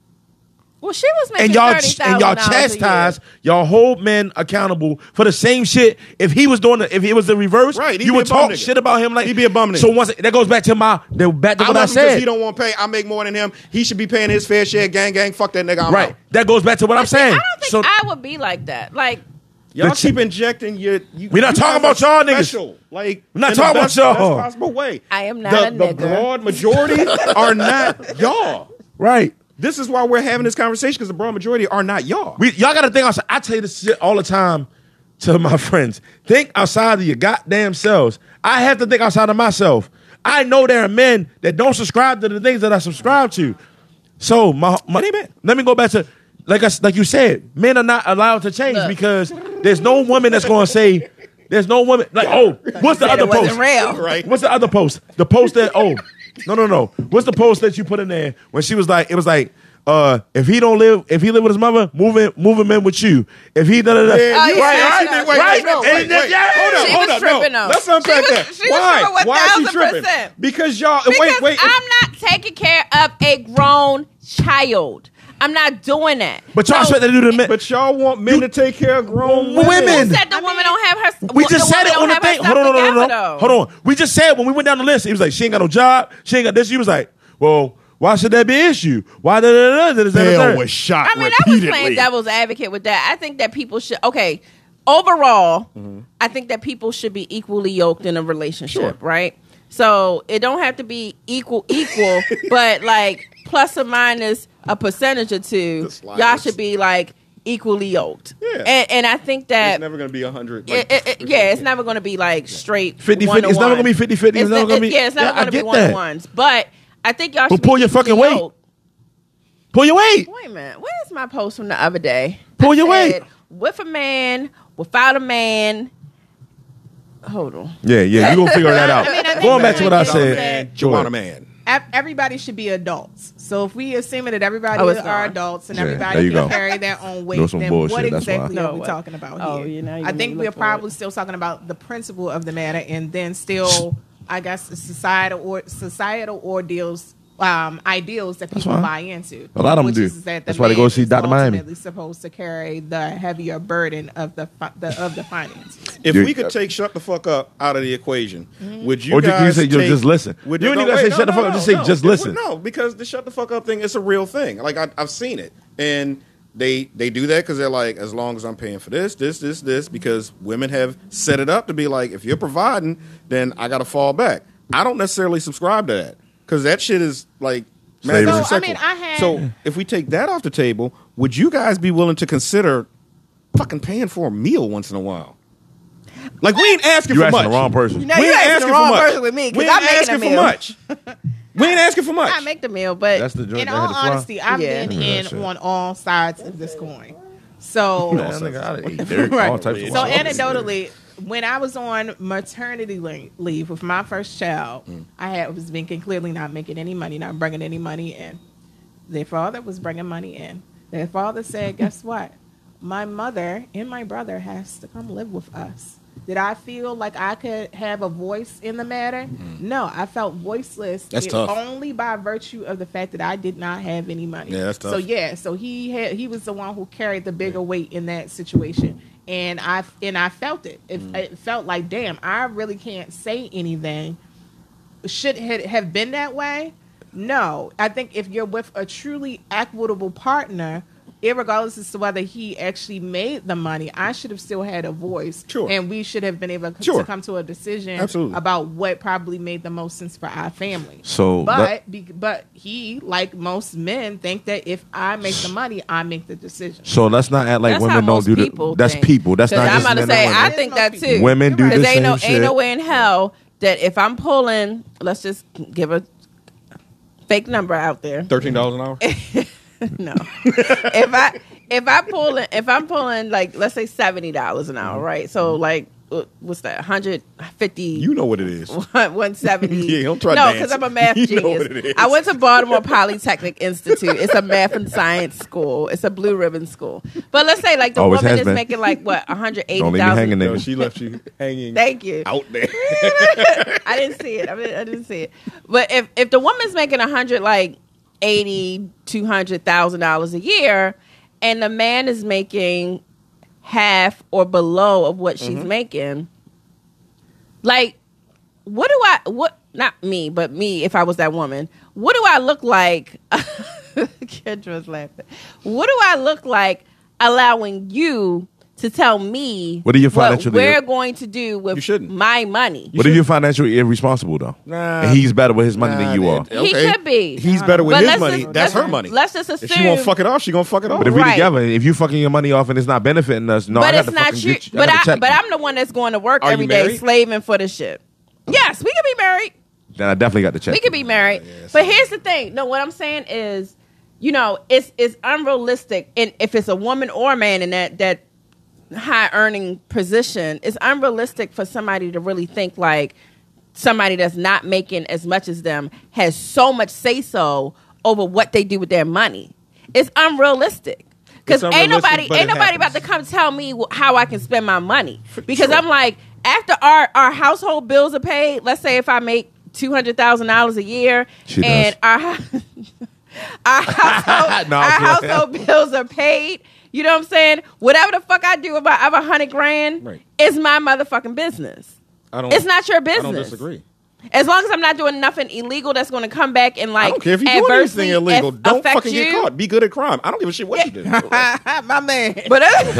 D: well, she was making
A: And y'all
D: thirty
A: and
D: thousand
A: y'all
D: dollars
A: chastise y'all hold men accountable for the same shit. If he was doing the, if it was the reverse,
B: Right, he'd
A: you
B: be
A: would
B: a bum
A: talk
B: nigga.
A: shit about him like
B: He'd be a bum nigga.
A: So once that goes back to my the, back to what
B: I'm
A: I,
B: out because
A: said.
B: he don't want to pay. I make more than him. He should be paying his fair share. Gang, gang. Fuck that nigga. I'm
A: right,
B: out.
A: that goes back to what I'm saying.
D: I don't think
A: so
D: I would be like that. Like
B: Y'all
A: The ch-
B: keep injecting your. You,
A: We not
B: you
A: talking about
B: guys
A: y'all
B: are
A: niggas.
B: special. Like
A: We not
B: in the
A: talking about
B: best-
A: y'all.
B: Best possible way.
D: I am not
B: the,
D: a
B: The
D: nigga.
B: broad majority are not y'all.
A: right,
B: This is why we're having this conversation because the broad majority are not y'all.
A: we y'all got to think outside. I tell you this shit all the time to (laughs) my friends. Think outside of your goddamn selves. I have to think outside of myself. I know there are men that don't subscribe to the things that I subscribe to. So my, my
B: It ain't bad.
A: let me go back to like I s- like you said, men are not allowed to change
D: Look.
A: because there's no woman that's going to say there's no woman like oh what's the
D: said
A: other
D: it wasn't
A: post
D: real.
B: Right.
A: What's the other post? The post that oh no no no. What's the post that you put in there when she was like it was like uh if he don't live if he live with his mother move him move him in with you if he da da da
B: Yeah,
D: Oh,
B: you
D: yeah,
B: right,
D: yeah,
B: right,
D: yeah.
B: wait, wait,
A: Right?
B: no, wait,
A: And then-
B: wait.
A: yeah,
B: hold up,
D: she
B: hold
D: was
B: up, no.
D: tripping, though.
B: Let's unpack
D: She was-
B: that.
D: she was
B: Why?
D: tripping
B: Why is she
D: 1000%.
B: tripping? Because y'all.
D: Because
B: wait, wait.
D: I'm not taking care of a grown child. I'm not doing that.
A: But y'all
D: So-
A: expect to do the men.
B: but y'all want men to take care of grown
A: Women.
B: women.
D: Who said the woman don't have her?
A: we
D: the
A: just said
D: woman
A: it
D: don't
A: on the
D: have her
A: thing.
D: stuff
A: Hold on, no, no, no,
D: together,
A: no.
D: though?
A: Hold on. We just said when we went down the list, he was like, she ain't got no job. She ain't got this. She was like, well, why should that be an issue? Why da da da da? da, da, da, da.
E: shot
D: I mean, I was playing devil's advocate with that. I think that people should okay. Overall, I think that people should be equally yoked in a relationship,
B: Sure.
D: right? So it don't have to be equal equal,
A: (laughs)
D: but like plus or minus a percentage or two,
E: The
D: y'all
E: slightest.
D: should be like equally yoked.
B: Yeah.
D: And, and I think that
B: It's never gonna be a hundred.
D: it, it, it- yeah, it's never going to be like straight
A: 50,
D: 50-50.
A: it's never gonna be 50-50, it's never gonna be-
D: yeah, it's never
A: yeah, I
D: going to be
A: get
D: one
A: that.
D: on ones. But I think y'all
A: But
D: should be
A: pull your fucking weight.
D: yoked.
A: Pull your weight.
D: Wait a minute. Where's my post from the other day?
A: Pull
D: I
A: your
D: said,
A: weight.
D: With a man, without a man. Hold on.
A: Yeah, yeah. You gonna figure that out.
D: (laughs)
C: I mean, I think
A: Going back to what I
C: it's like
A: said.
C: that-
A: Go ahead.
B: Joanna man.
C: Ev- Everybody should be adults. So if we assuming that everybody
D: Oh, it's
C: are
D: not.
C: adults and
A: Yeah, there
C: everybody
A: you
C: can
A: go.
C: carry their own weight,
A: Know some
C: then what
A: bullshit, that's why.
C: exactly are
D: No,
C: we
D: what?
C: talking about
D: Oh,
C: here?
D: you know, you
C: I
D: made
C: think
D: me
C: we're
D: look for it.
C: probably still talking about the principle of the matter, and then still, I guess, the societal or societal ordeals. Um, ideals that people
A: fine.
C: buy into.
A: A lot of 'em
C: which
A: do.
C: is that the
A: That's why they
C: man
A: go see
C: is
A: Dr. Miami.
C: ultimately supposed to carry the heavier burden of the, fi- the of the finances.
B: If
A: Dude,
B: we could
A: uh,
B: take shut the fuck up out of the equation,
C: Mm-hmm.
B: would you
A: Or ju- you
B: guys
A: say you'll
B: take-
A: just listen.
B: would-
A: You don't even gotta
B: wait,
A: say shut the fuck up, just say just
B: It would-
A: listen.
B: No, because the shut the fuck up thing is a real thing. Like I, I've seen it, and they they do that because they're like, as long as I'm paying for this, this, this, this, because women have set it up to be like, if you're providing, then I got to fall back. I don't necessarily subscribe to that because that shit is like. man,
A: Slavery.
B: it's
C: So, I mean,
B: sexual.
C: I had-
B: So if we take that off the table, would you guys be willing to consider fucking paying for a meal once in a while? Like we ain't asking
A: You
B: for
A: asking
B: much.
A: the wrong
B: (laughs)
A: person.
D: No,
B: we
D: you
B: ain't
D: asking the
B: asking
D: wrong
B: for much.
D: person with me, 'cause
B: we
D: I
B: ain't
D: make the
B: asking for
D: meal.
B: much. we ain't asking for much.
D: I make the meal, but
A: That's the joint.
C: in
A: that had
C: all
A: to fly?
C: honesty, I've
D: Yeah.
C: been
A: Look at that
C: in
A: shit.
C: on all sides of this coin.
A: (laughs)
C: So,
A: Man, nigga, I
B: (laughs)
A: done ate dirt,
C: (laughs) Right.
A: all types of
C: so
A: wild shit.
C: anecdotally, when I was on maternity le- leave with my first child,
A: Mm.
C: I had was making clearly not making any money, not bringing any money in. Their father was bringing money in. Their
B: (laughs)
C: father said, "Guess what? My mother and my brother has to come live with us." Did I feel like I could have a voice in the matter? No, I felt voiceless.
B: Mm-hmm. That's
C: It
B: tough.
C: Only by virtue of the fact that I did not have any money.
B: Yeah, that's tough.
C: So yeah, so he had he was the one who carried the bigger weight in that situation, and I and I felt it. It,
B: Mm.
C: it felt like, damn, I really can't say anything. Should it have been that way? No, I think if you're with a truly equitable partner. Irregardless as to whether he actually made the money, I should have still had a voice,
B: Sure.
C: and we should have been able to
B: Sure.
C: come to a decision
B: Absolutely.
C: about what probably made the most sense for our family.
A: So,
C: but
A: that-
C: be, but he, like most men, think that if I make the money, I make the
A: (laughs)
C: decision.
A: So let's not act like
D: that's how
A: women don't
D: most
A: do
D: people
A: the. That's
D: think.
A: people. That's
D: 'Cause
A: not
D: I'm
A: just
D: about to
A: men
D: say
A: and
D: I
A: women.
D: think that too.
A: Women do
D: Because
A: the
D: ain't
A: same
D: no,
A: shit.
D: Ain't no way in hell that if I'm pulling, let's just give a fake number out there.
B: Thirteen dollars an hour.
D: (laughs) no, if I if I pulling if I'm pulling like let's say seventy dollars an
A: Mm-hmm.
D: hour, right? So like wh- what's that? Hundred fifty.
B: You know what it is.
D: 170.
B: Yeah, don't try to
D: no,
B: dance.
D: because I'm a math
B: You know what it is.
D: genius. I went to Baltimore Polytechnic Institute. It's a math and science school. It's a blue ribbon school. But let's say like the
A: Always
D: woman
A: has
D: is
A: been.
D: making like what
A: Don't leave me hanging,
D: 180,000.
B: No,
A: nigga.
B: she left you hanging
D: Thank you.
B: out there.
D: (laughs) I didn't see it. I didn't, I didn't see it. But if if the woman's making a hundred like eighty, two hundred thousand dollars a year, and the man is making half or below of what she's making, like what do I what not me, but me if I was that woman, what do I look like? (laughs) Kendra's laughing. What do I look like allowing you to tell me
A: What are your financially-
D: we're going to do with
B: You shouldn't.
D: my money?
A: What if you're financially irresponsible though?
B: Nah.
A: and he's better with his money than you
B: Nah,
A: are.
B: that-
D: He could be.
B: He's better with
D: But
B: his
D: let's
B: money.
D: just-
B: That's
D: let's-
B: her money.
D: Let's just assume.
B: If she won't fuck it off, she gonna fuck it off.
A: But if we
D: Right.
A: together, if you fucking your money off and it's not benefiting us, no, I
D: but
A: got
D: it's
A: to
D: not
A: fucking
D: you.
A: get you.
D: But
A: gotta
D: I.
A: check
D: But
A: you.
D: I'm the one that's going to work
B: Are you
D: every day,
B: married?
D: slaving for the shit. Yes, we can be married.
A: Then I definitely got the check.
D: We could be married. but here's the thing. No, what I'm saying is, you know, it's it's unrealistic. And if it's a woman or a man in that that high earning position, it's unrealistic for somebody to really think like somebody that's not making as much as them has so much say so over what they do with their money. It's unrealistic. Because
B: It's
D: ain't
B: unrealistic,
D: nobody
B: but
D: ain't
B: it
D: nobody about
B: happens.
D: to come tell me wh- how I can spend my money because
B: sure.
D: I'm like after our our household bills are paid. Let's say if I make two hundred thousand dollars a year
A: She
D: and
A: does.
D: our (laughs)
B: (laughs)
D: our household,
A: No,
D: our
A: I'm playing.
D: household bills are paid. You know what I'm saying? Whatever the fuck I do with my other hundred grand
B: Right.
D: is my motherfucking business.
B: I don't,
D: It's not your
B: I
D: business.
B: don't disagree.
D: As long as I'm not doing nothing illegal that's going to come back and like
B: I don't care if you do
D: adversely
B: anything illegal.
D: aff-
B: don't
D: affect
B: fucking
D: you.
B: get caught. Be good at crime. I don't give a shit what you do.
C: My man.
D: But
A: (laughs)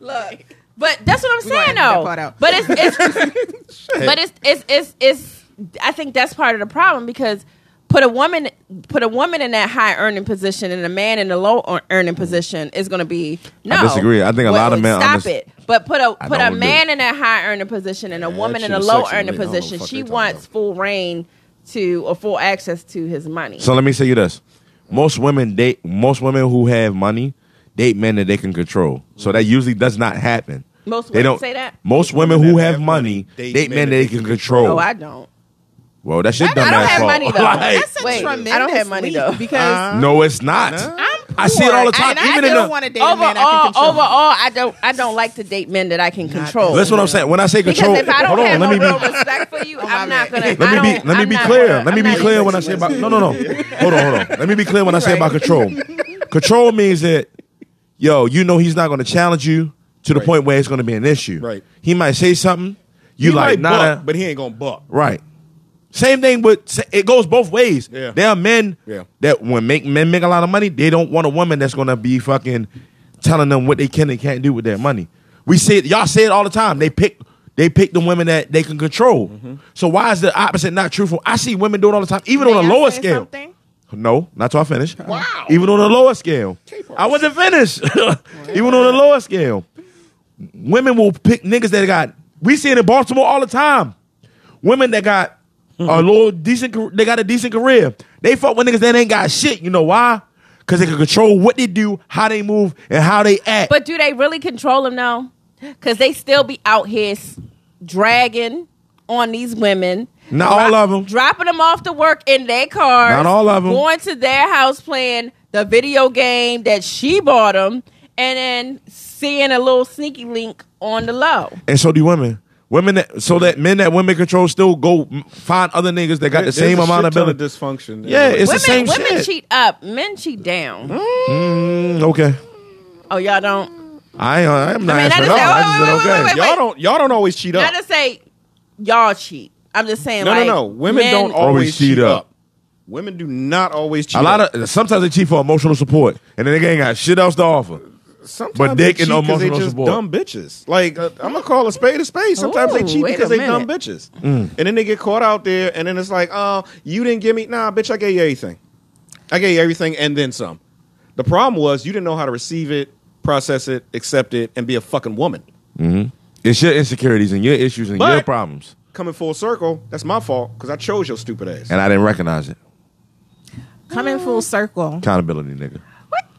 D: look, but that's what I'm
C: gonna
D: saying
C: edit that
D: though.
C: part out.
D: But it's,
A: (laughs)
D: it's but it's, it's it's it's I think that's part of the problem because put a woman put a woman in that high earning position and a man in the low ear- earning position is going to be no.
A: disagree. I think a
D: Well,
A: lot of men
D: stop
A: underst-
D: it. But put a
A: I
D: put
A: don't
D: a
A: do
D: man in that high earning position and a
B: that
D: woman
B: shit
D: in a
B: is
D: low
B: sexy to
D: earning
B: me. I don't know what the
D: position.
B: fuck
D: She
B: they talking
D: wants
B: about.
D: full reign to or full access to his money.
A: So let me say you this: most women date most women who have money date men that they can control. So that usually does not happen.
D: Most
A: they
D: women
A: don't
D: say that?
A: Most women who have money date men that they can control.
D: oh, I don't.
A: well, that's your
C: I
A: dumb
D: I don't
A: ass
D: have
A: fault.
D: money
A: (laughs)
D: though.
A: Like,
C: That's a
D: Wait,
C: tremendous
D: I don't have money
C: leap
D: though
C: because
A: no, it's not.
C: I'm poor.
A: I see it all the time,
C: And I
A: even in
C: still
A: the-
C: want to date a
D: overall,
C: man I can control.
D: overall, I don't, I don't like to date men that I can control.
A: That's what I'm saying. When I say control,
D: Because if I don't
A: hold
D: have
A: on, let
D: no
A: me
D: real
A: be,
D: respect for you, I'm not
C: bad.
D: gonna. I
A: let me be
D: don't-
A: let me
D: I'm
A: be
D: not
A: clear.
D: gonna-
A: Let me
D: I'm
A: be
D: not
A: clear
D: even
A: when I say about no no
D: (laughs)
A: no. Hold on, hold on. Let me be clear when I say
D: Right.
A: about control. Control means that yo, you know he's not going to challenge you to the
B: Right.
A: point where it's going to be an issue.
B: Right.
A: He might say something. You
B: he
A: like
B: might
A: nah.
B: buck, but he ain't gonna buck.
A: Right. Same thing with it goes both ways.
B: Yeah.
A: There are men
B: Yeah.
A: that when make men make a lot of money, they don't want a woman that's gonna be fucking telling them what they can and can't do with their money. We say it, y'all say it all the time. They pick they pick the women that they can control.
B: Mm-hmm.
A: So why is the opposite not truthful? I see women do it all the time, even
C: May
A: on a
C: I
A: lower
C: say
A: scale.
C: something?
A: No, not till I finish. Wow. Even on a lower scale. I
B: (laughs)
A: wasn't finished. Even on a lower scale. Women will pick niggas that got We see it in Baltimore all the time. Women that got
B: Hmm.
A: a little decent, car- they got a decent career. They fuck with niggas that ain't got shit. You know why? Because they can control what they do, how they move, and how they act.
D: But do they really control them though? Because they still be out here s- dragging on these women.
A: Not all of 'em.
D: Dropping them off to work in their car.
A: Not all of 'em.
D: Going to their house playing the video game that she bought them, and then seeing a little sneaky link on the low.
A: and so do women. Women that so that men that women control still go m- find other niggas that got the
B: There's
A: same
B: a
A: amount
B: shit
A: of
B: ton
A: ability.
B: dysfunction.
A: Yeah, it's
D: women
A: the same
D: women
A: shit.
D: cheat up, men cheat down.
A: Mm, okay,
D: Oh, y'all don't.
A: I I am not
D: I mean, I
A: answering.
D: just
A: all.
D: said- oh,
A: I just
D: wait,
A: said
D: wait, wait,
A: okay.
D: wait, wait, wait.
B: y'all don't y'all don't always cheat up.
D: Not to say y'all cheat. I'm just saying.
B: No,
D: like,
B: no, no. Women
D: men-
B: don't always cheat up.
A: up.
B: Women do not always cheat.
A: A lot
B: up.
A: of sometimes they cheat for emotional support, and then they ain't got shit else to offer.
B: sometimes
A: but
B: they
A: dick and
B: cheat 'cause they
A: emotional
B: just
A: support.
B: dumb bitches. Like uh, I'm gonna call a spade a spade. Sometimes they
D: Ooh,
B: cheat
D: wait a
B: because they dumb
D: minute.
B: bitches,
A: Mm.
B: and then they get caught out there, and then it's like, oh, you didn't give me nah, bitch. I gave you everything. I gave you everything and then some. The problem was you didn't know how to receive it, process it, accept it, and be a fucking woman.
A: It's your insecurities and your issues and
B: But-
A: your problems,
B: Coming full circle, that's my fault because I chose your stupid ass.
A: and I didn't recognize it.
C: Coming full circle.
A: Accountability, nigga.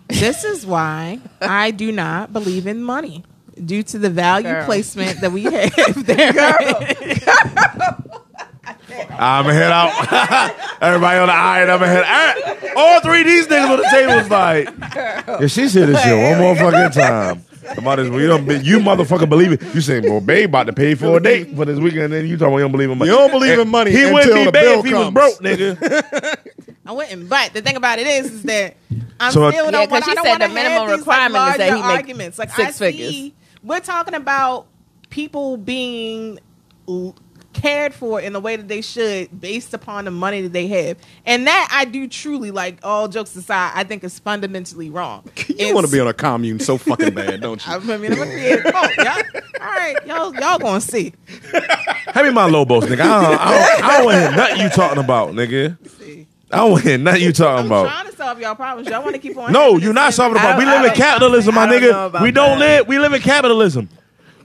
C: This is why I do not believe in money due to the value
D: Girl.
C: placement that
D: (laughs)
C: we have there.
A: I'ma head out. (laughs) Everybody on the iron, I'ma head out. All three of these niggas on the table was like, if she said this shit one more
B: (laughs)
A: fucking time, about this, you don't, be- you motherfucker believe it. You saying, well, babe, about to pay for a date for this weekend, and then you talking about you don't believe in money.
B: You don't believe in
A: And
B: money
A: He
B: until
A: wouldn't be
B: the
A: babe
B: bill
A: if he was
B: comes.
A: broke, nigga.
C: I wouldn't. But the thing about it is, is that I'm
A: So, uh,
C: still
D: Yeah,
C: don't
D: 'cause
C: want.
D: she
C: I don't
D: said
C: want to
D: the minimum
C: have these,
D: requirement
C: like,
D: is that he
C: larger
D: make
C: arguments. Like
D: six
C: I
D: figures.
C: see, we're talking about people being l- cared for in the way that they should based upon the money that they have, and that I do truly like. All jokes aside, I think is fundamentally wrong.
B: (laughs) you want to be on a commune so
A: (laughs)
B: fucking bad, don't you?
C: (laughs) I mean, I'm gonna create a vote, y'all. All right, y'all, y'all gonna see.
A: Hand me my Lobos, nigga. I don't, I don't, I don't want to hear nothing you talking about, nigga.
C: see.
A: I don't want to hear nothing you talking
C: I'm
A: about.
C: trying to solve y'all problems. Y'all want to keep on.
A: No,
C: having
A: you're
C: this
A: not
C: same-
A: solving the problem. We
D: I
A: live in
D: don't-
A: capitalism, my
D: I don't know
A: nigga.
D: about
A: We don't
D: that.
A: live. We live in capitalism.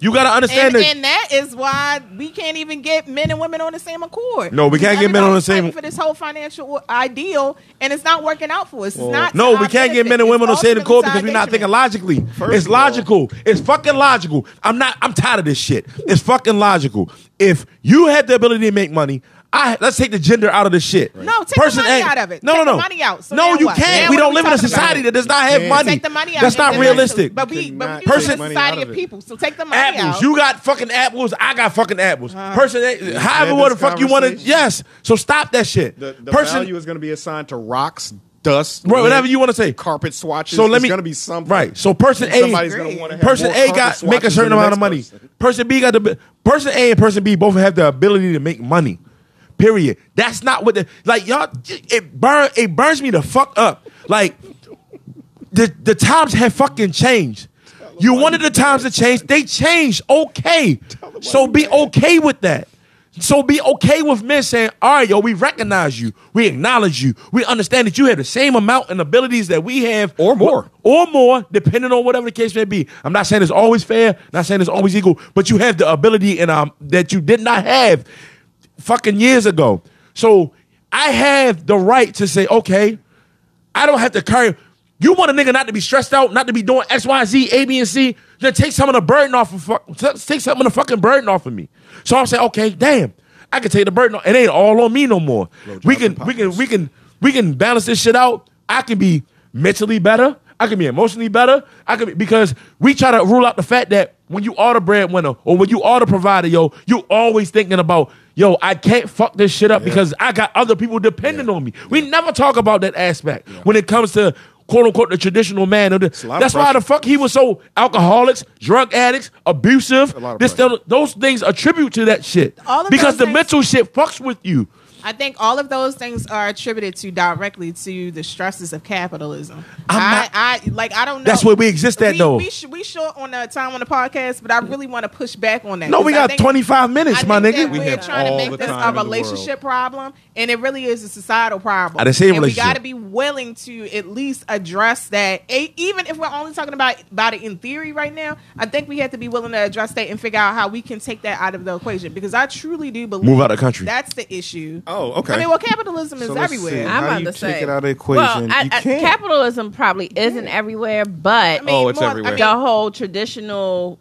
A: You gotta understand
C: and,
A: this.
C: and that is why we can't even get men and women on the same accord.
A: No, we can't get men on the
C: Everybody's
A: same-
C: fighting for this whole financial ideal, and it's not working out for us. It's not. to
A: No,
C: our
A: we can't get
C: benefit.
A: men and
C: It's
A: women on the same
C: ultimately
A: accord
C: to our
A: because we're not thinking
C: detriment.
A: logically.
B: First
A: it's
B: of all-
A: logical. it's fucking logical. I'm not. I'm tired of this shit. It's fucking logical. If you had the ability to make money. I, let's take the gender out of this shit.
C: No, take the money
A: ain't-
C: out of it.
A: No,
C: Take
A: no, no.
C: the money out. So
A: no,
C: now
A: you
C: what?
A: can't.
C: Now
A: we
C: what
A: don't
C: we
A: live in a
C: talking about?
A: society that does not have money.
C: Take the money out.
A: That's not
C: It's a-
A: realistic.
C: But we,
B: You
C: but
B: cannot
C: we live
A: take
C: in a
B: money out
C: society
B: of
C: of
B: it.
C: people, so take the money
A: apples.
C: out. Uh-huh.
A: You got fucking apples. I got fucking apples. Person, that, however,
B: had
A: what the
B: this
A: fuck you want to?
B: conversation?
A: Yes. So stop that shit.
B: The, the
A: Person,
B: value is going to be assigned to rocks, dust,
A: Right, whatever
B: lint,
A: you wanna say.
B: Carpet swatches.
A: so let me.
B: going to be something.
A: Right. So person A,
B: somebody's going
C: Agreed.
B: to want to have
A: person
B: more
A: A
B: carpet
A: got make a
B: swatches
A: certain
B: than the
A: amount of
B: next
A: money.
B: person.
A: Person B got the bi- person A and person B both have the ability to make money. Period. That's not what the like y'all. It burn. It burns me the fuck up. Like the the times have fucking changed. You wanted the times to change. They changed. Okay. So be okay with that. So be okay with men saying, all right, yo, we recognize you. We acknowledge you. We understand that you have the same amount and abilities that we have.
B: Or more.
A: Or more, depending on whatever the case may be. I'm not saying it's always fair, not saying it's always equal, but you have the ability and um that you did not have fucking years ago. So I have the right to say, okay, I don't have to carry. You want a nigga not to be stressed out, not to be doing X, Y, Z, A, B, and C. Then take some of the burden off of fuck, t- take some of the fucking burden off of me. So I'm saying, okay, damn, I can take the burden. off. It ain't all on me no more. We can, we can, we can, we can balance this shit out. I can be mentally better. I can be emotionally better. I can be, because we try to rule out the fact that when you are the breadwinner or when you are the provider, yo, you always thinking about, yo, I can't fuck this shit up because I got other people depending on me. We never talk about that aspect when it comes to quote unquote the traditional man. Or the,
B: a lot of
A: that's why the
B: pressure.
A: fuck he was so alcoholics, drug addicts, abusive.
B: lot of
A: This, those things attribute to that shit
C: All of
A: because
C: those
A: the
C: things-
A: mental shit fucks with you.
C: I think all of those things are attributed to directly to the stresses of capitalism.
A: I'm
C: I,
A: not-
C: I like I don't know.
A: That's what we exist at,
C: we,
A: though.
C: We, sh- we short on the time on the podcast, but I really want to push back on that.
A: No, we
C: 'cause I
A: got
C: think-
A: 25 minutes,
C: I
A: my
C: think that
A: nigga.
B: We
C: We're
B: have
C: trying to
B: all
C: make
B: the
C: this
B: time
C: a
B: in the
C: relationship problem, and it really is a societal problem.
A: I didn't say
C: and we
A: relationship.
C: got to be willing to at least address that. E- Even if we're only talking about about it in theory right now, I think we have to be willing to address that and figure out how we can take that out of the equation. Because I truly do believe
A: Move out of the country.
C: that's the issue.
B: Oh, okay.
C: I mean, well, capitalism is
E: So let's
C: everywhere.
E: see.
D: I'm
E: How
D: about
E: you
D: to
E: take
D: say
E: it out of the
D: Well,
E: equation?
D: I,
E: You
D: I-
E: can't.
D: capitalism probably isn't everywhere, but
C: I mean,
B: Oh, it's
C: more-
B: everywhere.
C: I mean,
D: the whole traditional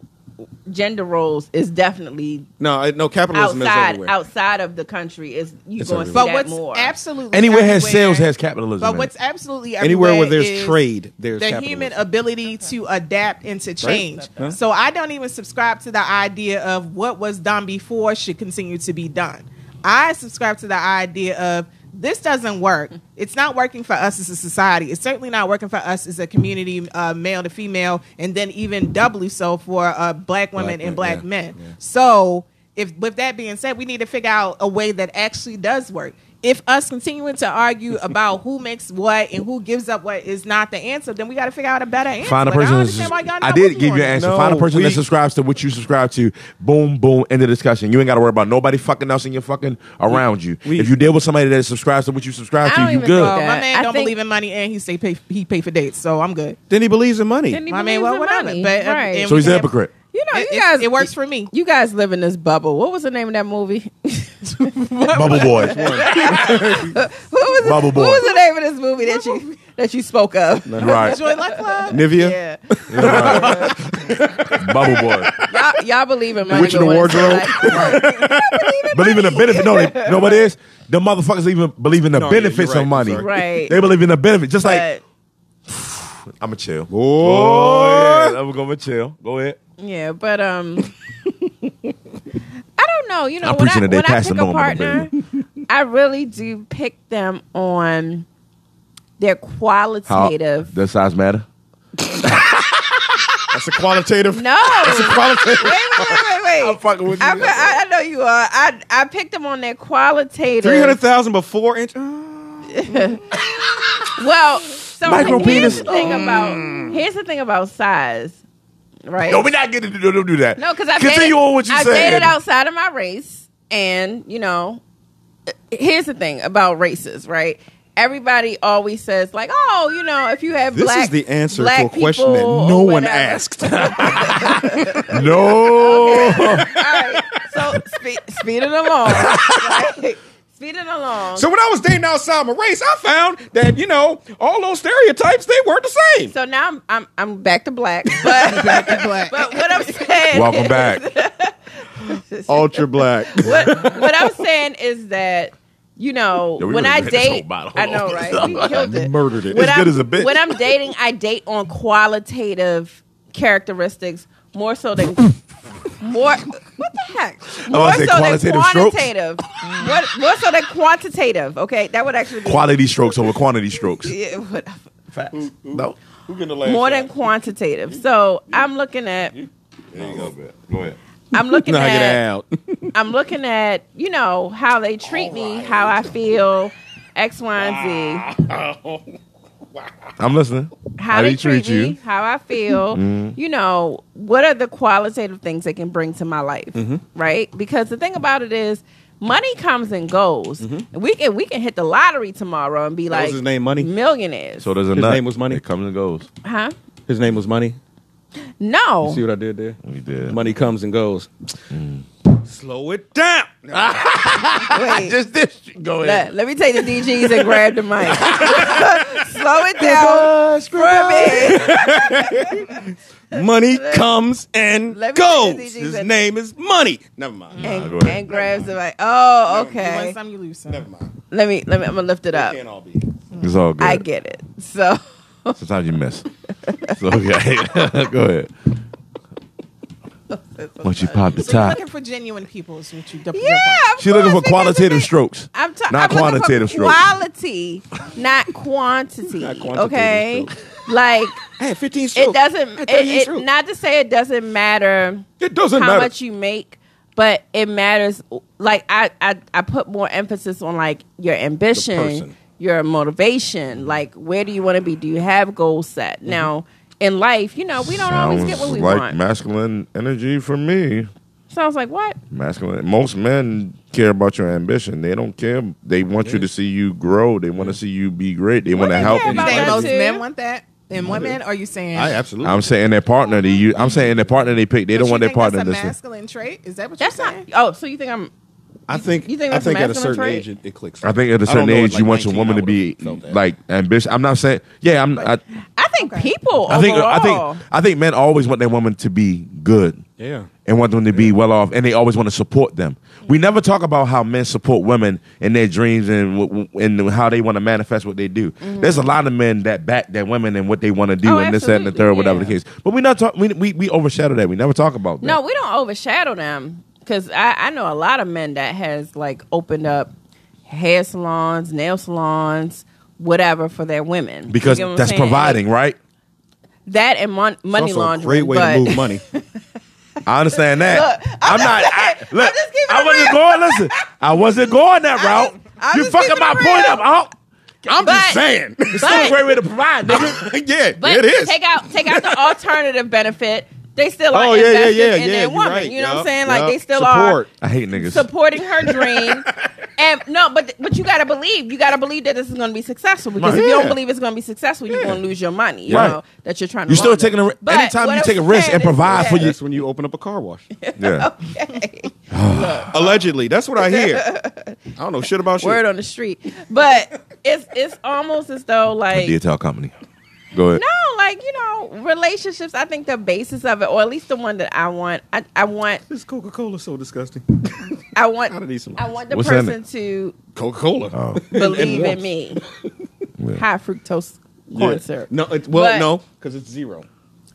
D: gender roles is definitely
B: no, I- no, capitalism is
D: outside
B: everywhere.
D: outside of the country. Is you
B: It's
D: going to see
B: everywhere.
C: but
D: that
C: what's
D: more?
C: absolutely
A: Anywhere has
C: everywhere-
A: sales has capitalism. in
C: But
A: it.
C: what's absolutely
B: Anywhere where there's
C: is
B: trade, there's
C: the
B: capitalism.
C: human ability to adapt and to change.
B: Huh?
C: So I don't even subscribe to the idea of what was done before should continue to be done. I subscribe to the idea of this doesn't work. It's not working for us as a society. It's certainly not working for us as a community, uh, male to female, and then even doubly so for uh, black women
B: Black
C: and
B: men,
C: black
B: yeah,
C: men.
B: yeah.
C: So, if with that being said, we need to figure out a way that actually does work. If us continuing
A: (laughs)
C: to argue about who makes what and who gives up what is not the answer, then we got to figure out a better answer.
A: Find a
C: Like, I,
A: person.
C: don't
A: that's-
C: understand why y'all
A: I
C: not
A: did
C: working
A: give
C: on
A: you an
C: it.
A: answer.
B: No,
A: Find a person that
B: we-
A: subscribes to what you subscribe to. Boom, boom. End of discussion. You ain't got to worry about nobody fucking else in your fucking around you.
B: we-
A: if you deal with somebody that subscribes to what you subscribe
D: I
A: to,
D: don't
A: you
D: even
C: Well,
A: good.
D: think-
C: Uh, my
D: Yeah,
C: man
D: I
C: don't
D: think-
C: believe in money, and he say pay, he pay for dates, so I'm good.
B: then he believes in money.
D: Didn't he
C: My man,
D: believes
C: well,
D: in
C: whatever.
D: money?
C: But, uh,
D: Right.
C: and
A: So he's
C: we
A: a
C: have- (laughs)
A: hypocrite.
D: you know,
C: It-
D: you
C: it-
D: guys,
C: it works for me.
D: You guys live in this bubble. What was the name of that movie?
A: Bubble boy.
D: What was
A: Bubble
D: the,
A: Boy.
D: What was the name of this movie that you that you spoke of?
A: right.
C: Joy Luck Club?
B: Nivea?
A: (laughs)
D: Yeah,
A: Bubble boy.
D: y'all, y'all believe in money.
A: Witch in the
D: but when it's
A: Wardrobe.
D: like-
A: believe in the benefit. No, they, you know what it is? The motherfuckers even believe in the
B: No, yeah, you're
A: benefits
B: right.
A: of money.
B: Sorry.
D: Right.
A: (laughs) They believe in the benefit. Just like
D: but,
A: I'm a chill.
B: Boy.
A: I'm gonna chill. Go ahead.
D: yeah, but um, I don't know. You know,
A: I'm
D: when I,
A: preaching today,
D: when I
A: Pastor
D: pick a
A: Norman,
D: partner, I really do pick them on their qualitative.
A: Does size matter?
B: That's a
A: (laughs)
B: qualitative.
D: No.
B: qualitative.
D: Wait, wait, wait, wait, wait.
A: I'm fucking with you.
D: I, I, I know you are. I I picked them on their qualitative.
B: Three hundred thousand before inch. Uh,
D: Well, so
A: Micro
D: here's
A: penis.
D: the thing
A: Mm.
D: about here's the thing about size, right?
A: No, we're not getting to do, do, do that.
D: No, because I
A: continue
D: dated,
A: on what you
D: I
A: said.
D: dated outside of my race, and you know, uh, here's the thing about races, right? Everybody always says like, "Oh, you know, if you have
B: This
D: black,
B: is the answer
D: black
B: to a question
D: people
B: that
D: or
B: no one
D: whatever."
B: asked. (laughs)
A: No.
D: (laughs) All right, so speed, speed it along, right? speed it along.
B: so when I was dating outside my race, I found that you know all those stereotypes they weren't the same.
D: So now I'm I'm, I'm back to black, but (laughs) but what I'm saying,
A: Welcome back.
B: Ultra black.
D: (laughs) What, what I'm saying is that you know
A: Yo, we
D: when
A: really
D: I
A: drank this whole
D: date,
A: bottle.
D: I know right, we killed it.
B: Murdered it.
D: When
A: It's
D: I'm,
A: good as a bitch.
D: When I'm dating, I date on qualitative characteristics more so than (laughs) more. What the heck? More
A: about to say qualitative strokes.
D: quantitative. What more so than quantitative? Okay, that would actually be
A: Quality strokes over quantity strokes.
D: Yeah, whatever
A: Facts. No.
B: Who getting the last
D: more than quantitative. So I'm looking at
A: There you go, man. Go ahead.
D: I'm
A: (laughs)
D: looking
B: Knock it
D: at
B: out.
D: I'm looking at you know how they treat me, how I feel, X, Y, and Z,
A: I'm listening.
D: how, they treat, me, how I feel. You know what are the qualitative things they can bring to my life, right? Because the thing about it is, money comes and goes. We can we can hit the lottery tomorrow and be
B: was
D: like
B: his name, Money?
D: millionaires,
A: So there's a
B: His
A: nut.
B: name was Money?
A: It comes and goes.
D: huh?
B: His name was Money.
D: No,
B: See what I did there?
A: We did.
B: Money comes and goes.
D: Mm.
B: Slow it down.
D: (laughs) wait.
A: Just this. Go
D: Let, let me take the DGs and grab the mic. Slow it down for a bit. (laughs)
B: Money comes and
D: Let me
B: goes.
D: see the DGs
B: His
D: and-
B: name is Money. Never mind.
A: go
D: and,
A: ahead.
D: and grabs the mic. Oh,
C: You
D: okay.
C: want some, you lose some.
B: Never mind.
D: Let me let me. I'm gonna lift it up.
B: Can't all be.
A: It's all good.
D: I get it. So
A: Sometimes you miss. It's okay. (laughs) go ahead. Once you pop the
C: So you're
A: top.
C: looking for genuine people is what you
D: yeah, of
A: She looking for
D: course, because
A: qualitative
D: it's-
A: strokes.
D: I'm ta-
A: not
D: I'm looking
A: quantitative
D: for
A: strokes.
D: Quality,
A: (laughs)
D: not quantity.
B: Not quantitative
D: okay, like
B: I had 15 strokes.
D: it doesn't. It,
B: I tell you the
D: it,
B: truth.
D: not to say it doesn't matter
B: It doesn't
D: how
B: matter.
D: much you make. but it matters like I, I i put more emphasis on like your ambition
B: person.
D: your
A: Mm-hmm.
D: motivation like where do you want to be do you have goals set now in life you know we don't always get what we
A: like
D: want
A: masculine energy for me.
D: sounds like what
A: Masculine. Most men care about your ambition. They don't care. They want you to see you grow. They want to see you be great. They want to
D: they
A: help
D: care
A: you.
C: You
D: about
C: saying
D: that
C: most
D: too.
C: men want that and women? Are you saying?
E: I absolutely.
A: I'm saying their partner. They you. I'm saying their partner. They pick. They
C: But
A: don't
C: you
A: want their
C: think
A: partner to.
C: That's a
A: see-
C: masculine trait. Is that what
D: that's
C: you're
D: not
C: saying?
D: oh so you think i'm
E: I think.
D: you think
E: I
D: that's a
E: think at a
D: masculine
E: certain
D: trait?
E: age it, it clicks.
A: I think at a
E: don't
A: certain
E: know,
A: age,
E: like
A: you want your
E: 19,
A: woman
E: I
A: to be
E: would've felt that.
A: like ambitious. I'm not saying. Yeah, I'm. I,
D: i think people
A: I think.
D: overall,
A: I think. I think men always want their woman to be good. (laughs)
E: Yeah.
A: and want them to be well off, and they always want to support them. We never talk about how men support women in their dreams and w- w- and how they want to manifest what they do. There's a lot of men that back their women and what they want to do,
D: Mm-hmm. Oh,
A: and this, that, and the third,
D: absolutely,
A: whatever the
D: yeah.
A: case. But we not talk. We, we we overshadow that. We never talk about that.
D: No, we don't overshadow them because I, I know a lot of men that has like opened up hair salons, nail salons, whatever for their women You
A: because
D: get what I'm
A: that's
D: saying?
A: providing,
D: Like,
A: right?
D: that and mon- money
E: It's also
D: laundering.
E: a great way
D: but
E: to
A: (laughs)
E: move money.
A: I understand that.
D: Look,
A: I'm, not. I, look, i
D: just keeping it
A: wasn't
D: real.
A: going. Listen, I wasn't going that route.
D: just- I'm
A: you
D: just
A: fucking
D: keeping
A: my
D: it
A: point
D: real.
A: up. I'll- I'm
D: But-
A: just
B: (laughs)
A: saying, it's still
D: but-
A: a great way to provide, nigga. (laughs) yeah,
D: But take out take
E: (laughs)
D: out the alternative benefit. They still are
E: Oh, yeah, yeah,
D: invested
E: yeah,
D: in
E: yeah,
D: their
E: you're
D: woman.
E: right,
D: you know what I'm
E: yup,
D: saying? Like
E: yup.
D: they still (laughs)
E: Support.
D: are
A: I hate niggas.
D: supporting her dream. and no, but but you gotta believe. You gotta believe that this is gonna be successful. Because
A: Right.
D: if you don't
A: Yeah.
D: believe it's gonna be successful, you're gonna lose your money. You
A: Right.
D: know that you're trying to.
A: You're still
D: launder.
A: taking a ri-
D: But
A: anytime
D: what
A: you
D: I'm
A: take a risk
D: saying
A: and
D: is
A: provide for
D: that-
A: you-
B: That's when you open up a car wash.
D: (laughs)
A: yeah.
B: Allegedly, that's what I hear. I don't know shit about
D: word
B: shit.
D: on the street. But it's it's almost as though like
A: DTL company. Go ahead.
D: no, like you know, relationships. I think the basis of it, or at least the one that I want, I, I want,
B: This Coca Cola so disgusting.
D: I
B: Gotta
D: want,
B: need some.
D: I want the
A: What's in
D: person to
B: Coca Cola.
A: Oh,
D: believe in
B: warmth.
D: me.
A: (laughs) Yeah.
D: High fructose corn syrup.
B: No, it, well,
D: But-
B: no, because it's zero.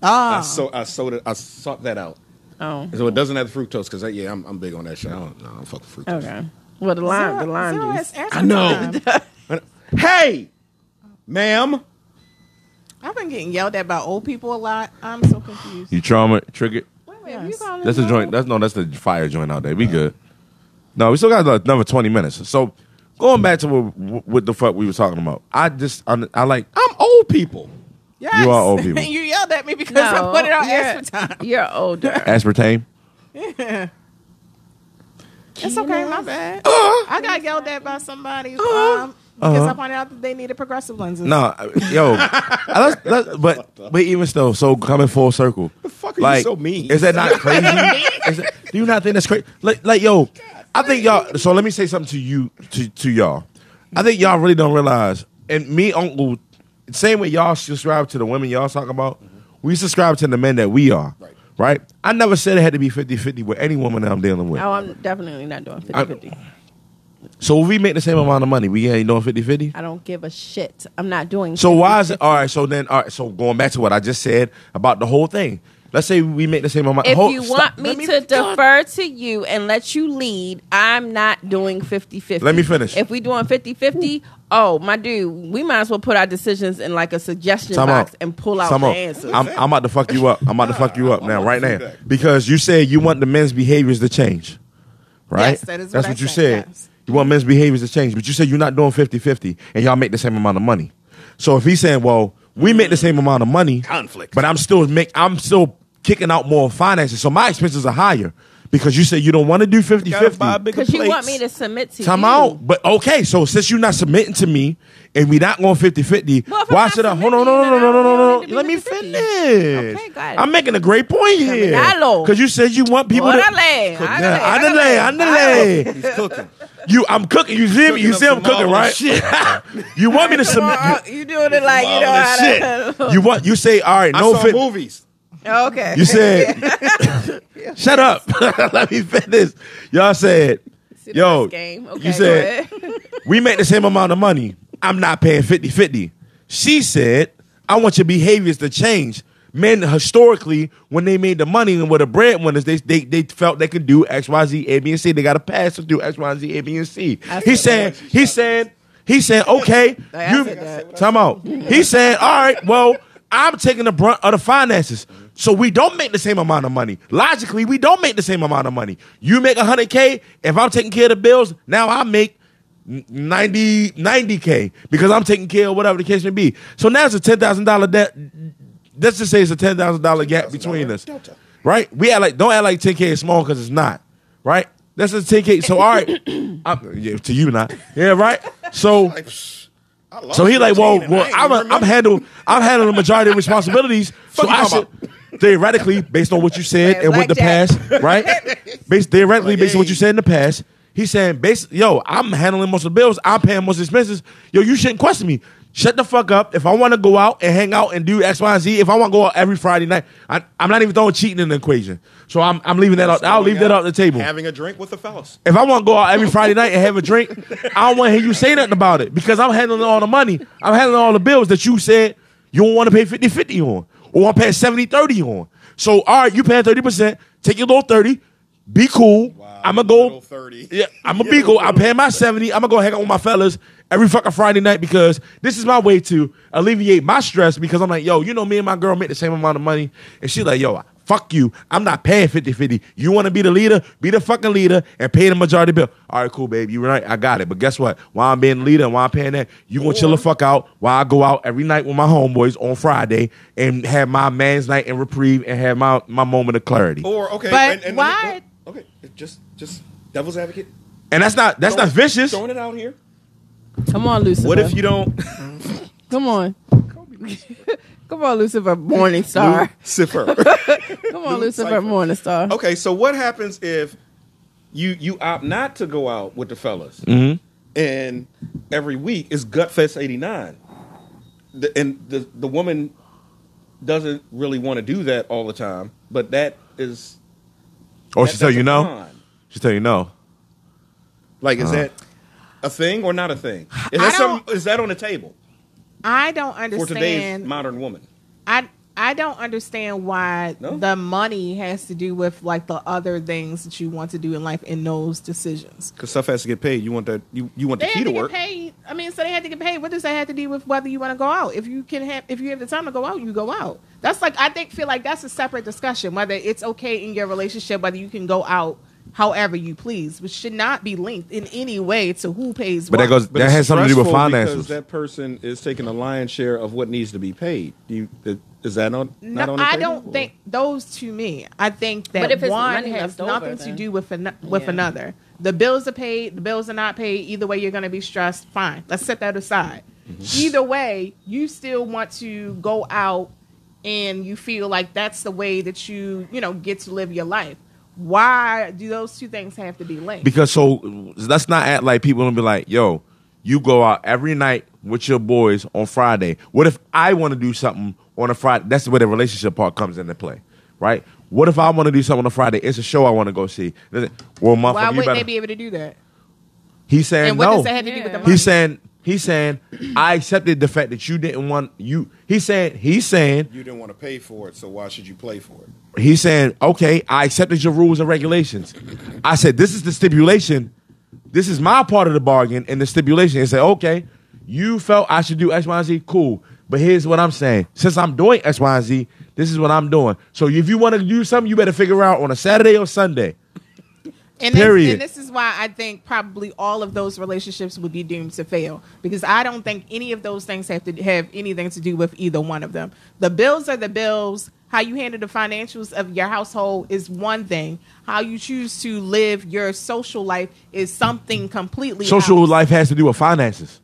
B: I
C: Ah,
B: so I soda I sought that out,
D: Oh,
B: so it doesn't have the fructose. Because yeah, I'm, I'm big on that shit. I don't, no, I don't fuck with fructose.
D: okay. Well, the lime, the
C: Zero
D: lime
C: has
D: juice.
C: extra
B: I know.
C: time.
B: hey, ma'am.
C: I've been getting yelled at by old people a lot. I'm so confused.
A: You trauma triggered.
D: Wait, wait, you
C: Yes.
D: calling
A: That's
D: it
A: the joint.
D: low?
A: That's no. That's the fire joint out there. We good. No, we still got like, another twenty minutes. So going back to what, what the fuck we were talking about. I just I, I like
B: I'm old people.
C: Yes.
A: are old people.
C: (laughs) you yelled at me because
D: No,
C: I put it on
D: you're-
C: extra time.
D: You're older.
A: aspartame.
C: It's okay, my bad. I got yelled at by somebody um, because I pointed out that they needed progressive lenses.
A: No, I- yo,
B: (laughs)
A: I- let's- let's- but but even still, so coming full circle. The
B: fuck are you so mean?
A: Is that not
B: (laughs)
A: crazy? Is that- do you not think that's crazy? Like, like yo, I think y'all. So let me say something to you to to y'all. I think y'all really don't realize, and me uncle, same way y'all subscribe to the women y'all talk about, we subscribe to the men that we are. Right. I never said it had to be 50-50 with any woman that I'm dealing with.
D: Oh, I'm definitely not doing 50 50.
A: So if we make the same amount of money, we ain't doing 50-50?
D: I don't give a shit. I'm not doing
A: So why is it all right? So then, all right. So going back to what I just said about the whole thing. Let's say we make the same amount.
D: If
A: hold-
D: you
A: stop.
D: want
A: Let
D: me, to
A: God.
D: defer to you and let you lead, I'm not doing 50 50.
A: Let me finish.
D: If we doing 50 50, oh, my dude, we might as well put our decisions in like a suggestion
A: Time
D: box
A: out.
D: and pull out
A: Time
D: the
A: out.
D: answers.
A: I'm, I'm about to fuck you up. I'm about to fuck you up now, right now,
E: feedback.
A: because you said you want the men's behaviors to change, right?
C: Yes, that is
A: That's
C: what I
A: you
C: said,
A: said.
C: yes.
A: You want men's behaviors to change, but you said you're not doing 50-50 and y'all make the same amount of money. So if he's saying, well, we make the same amount of money,
B: Conflict.
A: but I'm still make I'm still kicking out more finances, so my expenses are higher because you said you don't want to do 50-50.
D: Because you want me to submit to
A: Time
D: you.
A: out. But okay, so since you're not submitting to me and we not going 50 50,
D: Well, if I'm
A: why
D: not
A: should I? Hold on,
D: submitting,
A: no, no, no,
D: then I
A: no, no, no,
D: don't need
A: no.
D: to be
A: Let me
D: 50-50.
A: finish.
D: Okay, go ahead.
A: I'm making a great point here.
D: Caminalo.
A: Because you said you want people to.
D: Órale,
A: Yeah,
D: ándale,
A: underlay, underlay.
B: He's cooking.
A: You, I'm cooking. You see me? You
B: Cooking
A: see
B: up
A: I'm
B: some
A: cooking,
B: marvelous
A: right? (laughs) you want me to
C: Uh,
D: Come
A: submit?
D: (laughs) on, You doing it like you know how
A: You, you want? You say, all right,
B: I
A: no
B: saw
A: fit.
B: movies.
D: to. Okay.
A: You said,
D: (laughs)
A: (coughs) shut up. (laughs) Let me finish. Y'all said,
D: See the
A: yo,
D: first game. Okay,
A: you said,
D: go ahead.
A: (laughs) we make the same amount of money. I'm not paying 50 50. She said, I want your behaviors to change. Men historically, when they made the money and were the breadwinners, they, they they felt they could do X, Y, Z, A, B, and C. They got a pass to do X, Y, Z, A, B, and C. He's saying, he's saying, he's saying,
D: (laughs)
A: okay,
D: I
A: you
D: said that.
A: time out. He's saying, all right, well, I'm taking the brunt of the finances. So we don't make the same amount of money. Logically, we don't make the same amount of money. You make 100K. If I'm taking care of the bills, now I make 90, 90K because I'm taking care of whatever the case may be. So now it's a $10,000 debt. Let's just say it's a $10,000 gap between us.
E: delta.
A: Right? We act like, don't act like 10K is small because it's not. Right? That's a 10K. So, all
E: (coughs)
A: right. I'm- yeah, to you, not. Yeah, right? So.
E: Like, psh, I lost
A: So he like,
E: 15
A: well,
E: and I
A: well
E: ain't
A: I'm,
E: remember.
A: a, I'm handling I'm handling the majority of
E: (laughs)
A: responsibilities. so
E: you
A: I
E: talking
A: should theoretically, based on what you said
D: Man,
A: and with the past,
D: blackjack.
A: right? Based theoretically,
E: Like,
A: based on what you
E: hey.
A: said in the past, he's saying, bas yo, I'm handling most of the bills. I'm paying most of the expenses. Yo, you shouldn't question me. Shut the fuck up. If I want to go out and hang out and do X, Y, and Z, if I want to go out every Friday night, I, I'm not even throwing cheating in the equation. So I'm, I'm leaving that out. I'll leave that out the table.
E: Having a drink with the fellas.
A: If I want to go out every Friday night and have a drink, I don't want to hear you say nothing about it because I'm handling all the money. I'm handling all the bills that you said you don't want to pay 50 50 on or I'm paying 70 30 on. So, all right, you paying 30%, take your little 30, be cool. I'm going to
E: little
A: go
E: 30.
A: Yeah, I'm going to be cool. I'm paying my 70. I'm going to go hang out with my fellas every fucking Friday night because this is my way to alleviate my stress because I'm like, yo, you know, me and my girl make the same amount of money. And she's like, yo, fuck you. I'm not paying 50 50. You want to be the leader? Be the fucking leader and pay the majority bill. All right, cool, babe. You're right. I got it. But guess what? While I'm being the leader and while I'm paying that, you going to chill the fuck out while I go out every night with my homeboys on Friday and have my man's night and reprieve and have my, my moment of clarity.
B: Oh.
E: Or okay,
C: But
E: and, and
C: why-
E: Okay, just just devil's advocate.
A: And that's not that's not
E: Throwing-
A: vicious.
E: Throwing it out here.
D: Come on, Lucifer.
B: What if you don't?
D: (laughs) Come on. (laughs) Come on, Lucifer Morningstar.
E: Lucifer.
D: Come on, Lucifer
E: Cypher.
B: (laughs)
D: Morningstar.
B: Okay, so what happens if you you opt not to go out with the fellas, and every week is Gutfest '89, the, and the the woman doesn't really want to do that all the time, but that is
A: Or
B: that-
A: Oh, she tell
B: that's
A: you
B: a
A: no.
B: crime.
A: She tell you no.
E: Like, is that
B: a thing or not a thing? Is
C: I
B: that, some,
C: don't-
B: is that on the table
C: I don't
E: For
B: for today's
C: understand.
B: modern woman?
C: I I don't understand why
B: No?
C: the money has to do with like the other things that you want to do in life in those decisions.
B: Because stuff has to get paid. You want that? You you want
C: They
B: the
C: had
B: key
C: to
B: to
C: get
B: work?
C: paid. I mean, so they had to get paid. What does that have to do with whether you want to go out? If you can have, if you have the time to go out, you go out. That's like I think feel like that's a separate discussion. Whether it's okay in your relationship, whether you can go out however you please, which should not be linked in any way to who pays.
A: But that
C: what.
A: goes-
B: But
A: That
B: it's
A: has something to do with
B: stressful
A: finances.
B: Because that person is taking a lion's share of what needs to be paid. Do you, i- is that on? not
C: No,
B: on the
C: I
B: table,
C: don't
B: or-
C: think those to me. I think that
D: But if it's
C: one
D: money
C: has
D: left over,
C: nothing to
D: then-
C: do with an, with
D: Yeah.
C: another. The bills are paid. The bills are not paid. Either way, you're going to be stressed. Fine, let's set that aside. Either way, you still want to go out, and you feel like that's the way that you you know get to live your life. Why do those two things have to be linked?
A: Because so let's not act like people gonna be like, yo, you go out every night with your boys on Friday. What if I want to do something on a Friday? That's where the relationship part comes into play, right? What if I want to do something on a Friday? It's a show I want to go see. Well, motherfucker,
C: Why
A: you
C: wouldn't
A: better.
C: they be able to do that?
A: he's saying
C: And what
A: no.
C: does that have to do with the
D: Yeah.
C: money?
A: He's saying he's saying I accepted the fact that you didn't want you. He's saying he's saying
E: you didn't want to pay for it, so why should you play for it?
A: He's saying, okay, I accepted your rules and regulations. I said, this is the stipulation. This is my part of the bargain and the stipulation. He said, okay, you felt I should do X, Y, and Z. Cool. But here's what I'm saying. Since I'm doing X, Y, and Z, this is what I'm doing. So if you want to do something, you better figure out on a Saturday or Sunday.
C: And this,
A: Period.
C: and this is why I think probably all of those relationships would be doomed to fail because I don't think any of those things have to have anything to do with either one of them. The bills are the bills. How you handle the financials of your household is one thing. How you choose to live your social life is something completely
A: Social
C: else.
A: life has to do with finances.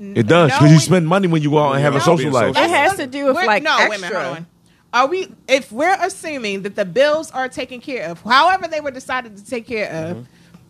A: It does because
C: no,
A: you
C: it-
A: spend money when you go out and have a
C: No,
A: social life.
D: It has
C: Let's
D: to
C: look-
D: do with,
C: we're-
D: like,
C: no. Wait a minute,
D: extra.
C: hold on. Are we if we're assuming that the bills are taken care of, however they were decided to take care of,
A: Mm-hmm.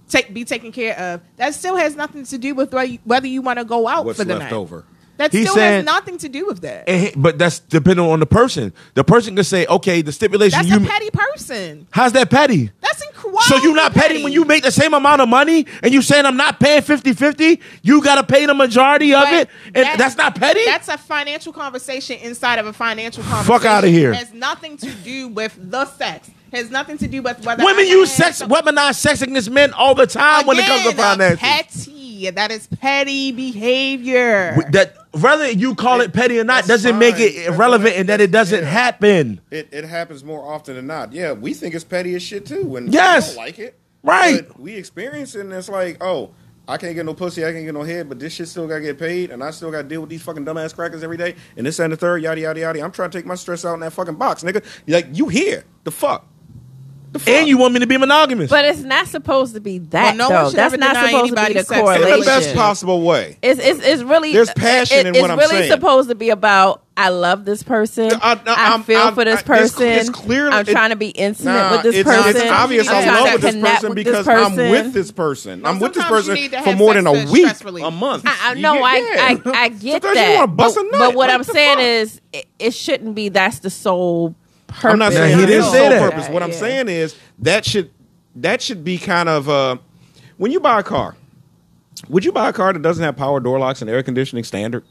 C: take be taken care of, that still has nothing to do with whether you, whether you want to go out
B: What's
C: for the
B: left
C: night.
B: over?
C: That
A: He
C: still
A: said-
C: has nothing to do with that.
A: And he- but that's depending on the person. The person could say, okay, the stipulation
C: That's
A: you.
C: a petty person.
A: how's that petty?
C: That's incredible.
A: So you're not petty when you make the same amount of money and you saying I'm not paying 50-50? You gotta pay the majority of
C: But
A: it? And
C: that-
A: that's not petty?
C: That's a financial conversation inside of a financial conversation.
A: Fuck outta here.
C: It has nothing to do with the sex. It has nothing to do with whether I
A: Women
C: can
A: use
C: have
A: sex
C: some-
A: weaponize sex against men all the time when it comes to
C: Again, a
A: finances.
C: Petty. media. That is petty behavior.
A: We- That whether you call it petty or not
E: That's
A: doesn't make
E: fine.
A: it
E: That's
A: irrelevant
E: fine.
A: and that it doesn't
E: Yeah.
A: happen.
E: It, it happens more often than not. Yeah, we think it's petty as shit too. When
A: Yes.
E: we don't like it,
A: Right.
E: But we experience it, and it's like, oh, I can't get no pussy, I can't get no head, but this shit still gotta get paid, and I still gotta deal with these fucking dumbass crackers every day, and this and the third, yada yada yada. I'm trying to take my stress out in that fucking box, nigga. Like you here? The fuck? The fuck?
A: And you want me to be monogamous.
D: But it's not supposed to be that.
C: Well, no one
D: though.
C: should
D: That's
C: ever
D: not
C: deny
D: supposed to be
C: anybody
D: the
C: sex.
D: correlation.
E: in the best possible way.
D: It's, it's, it's really
E: There's passion in
D: it's
E: what I'm
D: really
E: saying.
D: supposed to be about I love this person. I,
E: I- I- I'm-
D: feel
E: I'm-
D: for this
E: I- it's
D: person.
E: cl- it's clearly-
D: I'm
E: it-
D: trying to be intimate
E: Nah,
D: with this
E: it's,
D: person.
E: it's obvious
C: I'm
E: I'm in
D: trying
E: love
D: to
E: with this
D: connect
E: person
D: with this
E: because
D: person.
E: I'm with this person. I'm with this
C: Sometimes you
E: person
C: need to
E: for
C: have
E: more
C: sex
E: than a
C: to
E: week,
C: stress relief.
E: a month.
D: I, I know.
E: Yeah,
D: I,
E: yeah.
D: I
E: (laughs)
D: I get
E: Sometimes
D: that.
E: you want to bust
D: but,
E: a nut.
D: but what
E: Like,
D: I'm
E: the
D: saying
E: fuck?
D: is, it, it shouldn't be. That's the sole purpose.
E: I'm not
A: Yeah,
E: saying
A: he
E: he
A: didn't
E: didn't
A: say
E: sole
A: that.
E: purpose. What I'm
D: Yeah.
E: saying is that should that should be kind of uh, when you buy a car. Would you buy a car that doesn't have power door locks and air conditioning standard?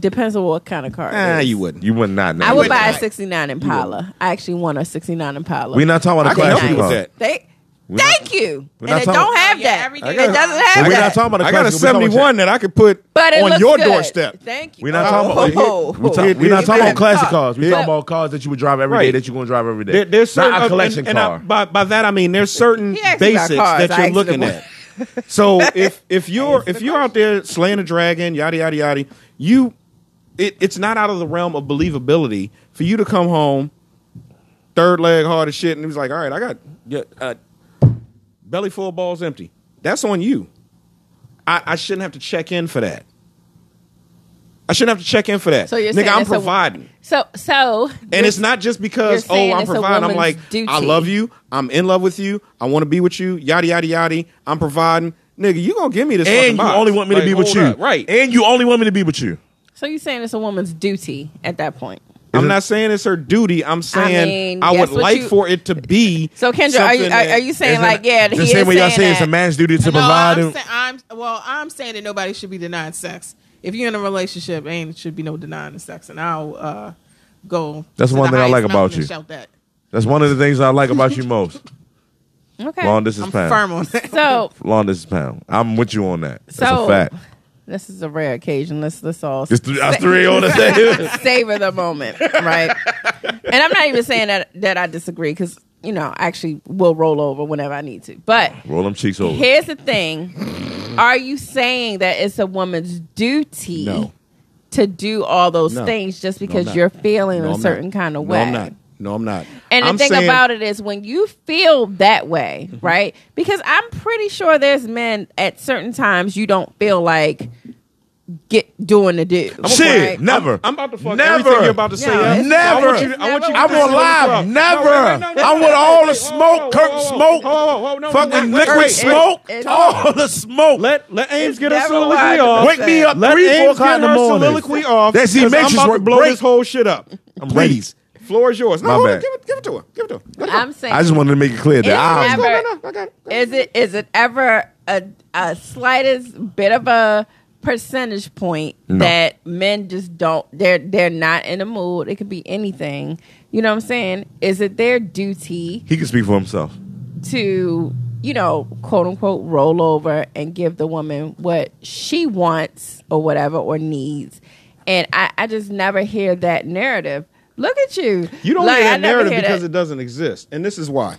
D: depends on what kind of car. it
E: Nah,
D: is.
E: you wouldn't.
A: you would not know.
D: I would buy a
E: not.
D: '69 Impala. I actually want a '69 Impala.
A: We're not talking about
E: I
A: a
E: can help
A: classic
E: you with
A: car.
E: that.
D: They,
A: We're not-
D: thank you.
A: we're
D: And
A: not
D: it
A: talking-
D: don't have
C: Yeah,
D: that.
C: everything
D: It
C: is-
D: doesn't have
A: We're
D: that.
A: not talking about a
E: I
A: classic.
E: got a
A: we're talking about-
E: 71 that I could put
D: but it
E: on
D: looks
E: your
D: good.
E: doorstep.
D: Thank you.
A: We're not talking about.
D: Oh.
A: We're, talk-
E: It-
A: we're not
E: it-
A: talking
E: it-
A: about classic
D: it-
A: cars. We're
D: it-
A: talking about cars that you would drive every day
E: Right.
A: that you're going to drive every day.
B: There- there's certain,
A: not a
B: and-
A: collection
B: and,
A: car.
B: I, by, by that I
A: (laughs)
B: mean there's certain
D: He asked me about
B: basics
D: cars.
B: that
D: I
B: you're
D: asked
B: looking
D: him
B: at.
D: (laughs)
B: So if if you're if you're out there slaying a dragon, yada yada yada, you it, it's not out of the realm of believability for you to come home third leg hard as shit, and he was like, "All right, I got yeah, uh, belly full, balls empty." That's on you. I, I shouldn't have to check in for that. I shouldn't have to check in for that.
D: So you're saying
B: nigga, I'm
D: it's a-
B: providing.
D: So so
B: And it's not just because
D: you're
B: oh
D: saying
B: I'm
D: it's a
B: providing. I'm
D: woman's
B: like
D: duty.
B: I love you. I'm in love with you. I want to be with you. Yada yada yada. I'm providing. Nigga, you gonna give me this? fucking
A: and you
B: box.
A: only want me to
B: Like,
A: be with
B: hold
A: you.
B: up, right?
A: And you only want me to be with you.
D: So you're saying it's a woman's duty at that point.
B: I'm
A: it-
B: not saying it's her duty. I'm saying I,
D: mean,
B: would
D: that's what
B: like
D: you-
B: for it to be.
D: So Kendra, are you
B: something
D: are,
B: that-
D: are you saying
A: Isn't
D: like
A: it-
D: yeah?
A: The
D: he
A: same
D: is
A: way y'all
D: saying
A: say it's a
D: that-
A: man's duty to
C: no,
A: provide.
C: I'm,
A: him-
C: sa- I'm well. I'm saying that nobody should be denied sex. If you're in a relationship, ain't should be no denying the sex. And I'll uh, go.
A: That's
C: to
A: one
C: the
A: thing I like
C: highest
A: about
C: mountain and
A: you.
C: Shout that.
A: That's one of the things I like about you
B: (laughs)
A: most.
D: Okay.
A: Long distance
C: I'm
A: pound.
C: firm on
A: (laughs)
C: that.
D: so
A: Long distance pound. I'm with you on that. That's
D: So-
A: a fact.
D: this is a rare occasion. Let's let's all
A: It's th- that's three on
B: (laughs)
A: the same.
D: savor the moment, right? and I'm not even saying that that I disagree because you know I actually will roll over whenever I need to. But
A: Roll them cheeks over.
D: here's the thing: Are you saying that it's a woman's duty
B: No.
D: to do all those
B: No.
D: things just because
B: not.
D: you're feeling
B: No,
D: a
B: I'm
D: certain
B: not.
D: kind of
B: No,
D: way?
B: I'm not. No, I'm not.
D: And the
B: I'm
D: thing
B: saying-
D: about it is, when you feel that way,
A: Mm-hmm.
D: right? Because I'm pretty sure there's men at certain times you don't feel like get doing the do.
A: Shit,
D: right?
A: never.
B: I'm about to fuck
A: Never.
B: everything you're about to say.
D: No,
B: up.
D: it's-
B: I want you
A: Never.
B: to- I want you to
A: I'm
B: listen
A: on
B: to the
A: live.
B: crowd.
A: Never.
B: No, wait, no, no,
A: I
B: no,
A: want
B: no,
A: all the
B: wait, whoa,
A: smoke,
B: whoa, whoa,
A: curtain
B: whoa.
A: smoke,
B: Whoa, whoa, whoa, no, no,
A: fucking
B: no,
A: liquid
B: wait, wait.
A: smoke,
D: it's-
A: all the smoke.
B: Let let Ames get her
D: never
B: soliloquy
D: wide open.
B: off.
A: Wake me up
B: Let
A: three,
B: Ames
A: four o'clock in
B: get
A: the
B: her
A: morning.
B: soliloquy off.
A: That's the
B: 'cause
A: Matrix
B: I'm about to
A: work.
B: blow
A: Break.
B: this whole shit up.
A: I'm ready.
B: Please, floor is yours. No,
A: My
B: hold on,
A: bad.
B: give it give it to her. Give it to her. Let her.
D: I'm saying
A: I just wanted to make it clear
D: It's
A: that I'm.
D: never-
B: No, no, no, I got it.
D: is it is it ever a a slightest bit of a percentage point
A: No.
D: that men just don't they're they're not in the mood. It could be anything. You know what I'm saying? Is it their duty
A: He can speak for himself.
D: to you know quote unquote roll over and give the woman what she wants or whatever or needs? And I, I just never hear that narrative. Look at you.
B: You don't
D: Like,
B: hear
D: I
B: that
D: never
B: narrative
D: hear
B: because
D: that.
B: it doesn't exist, and this is why.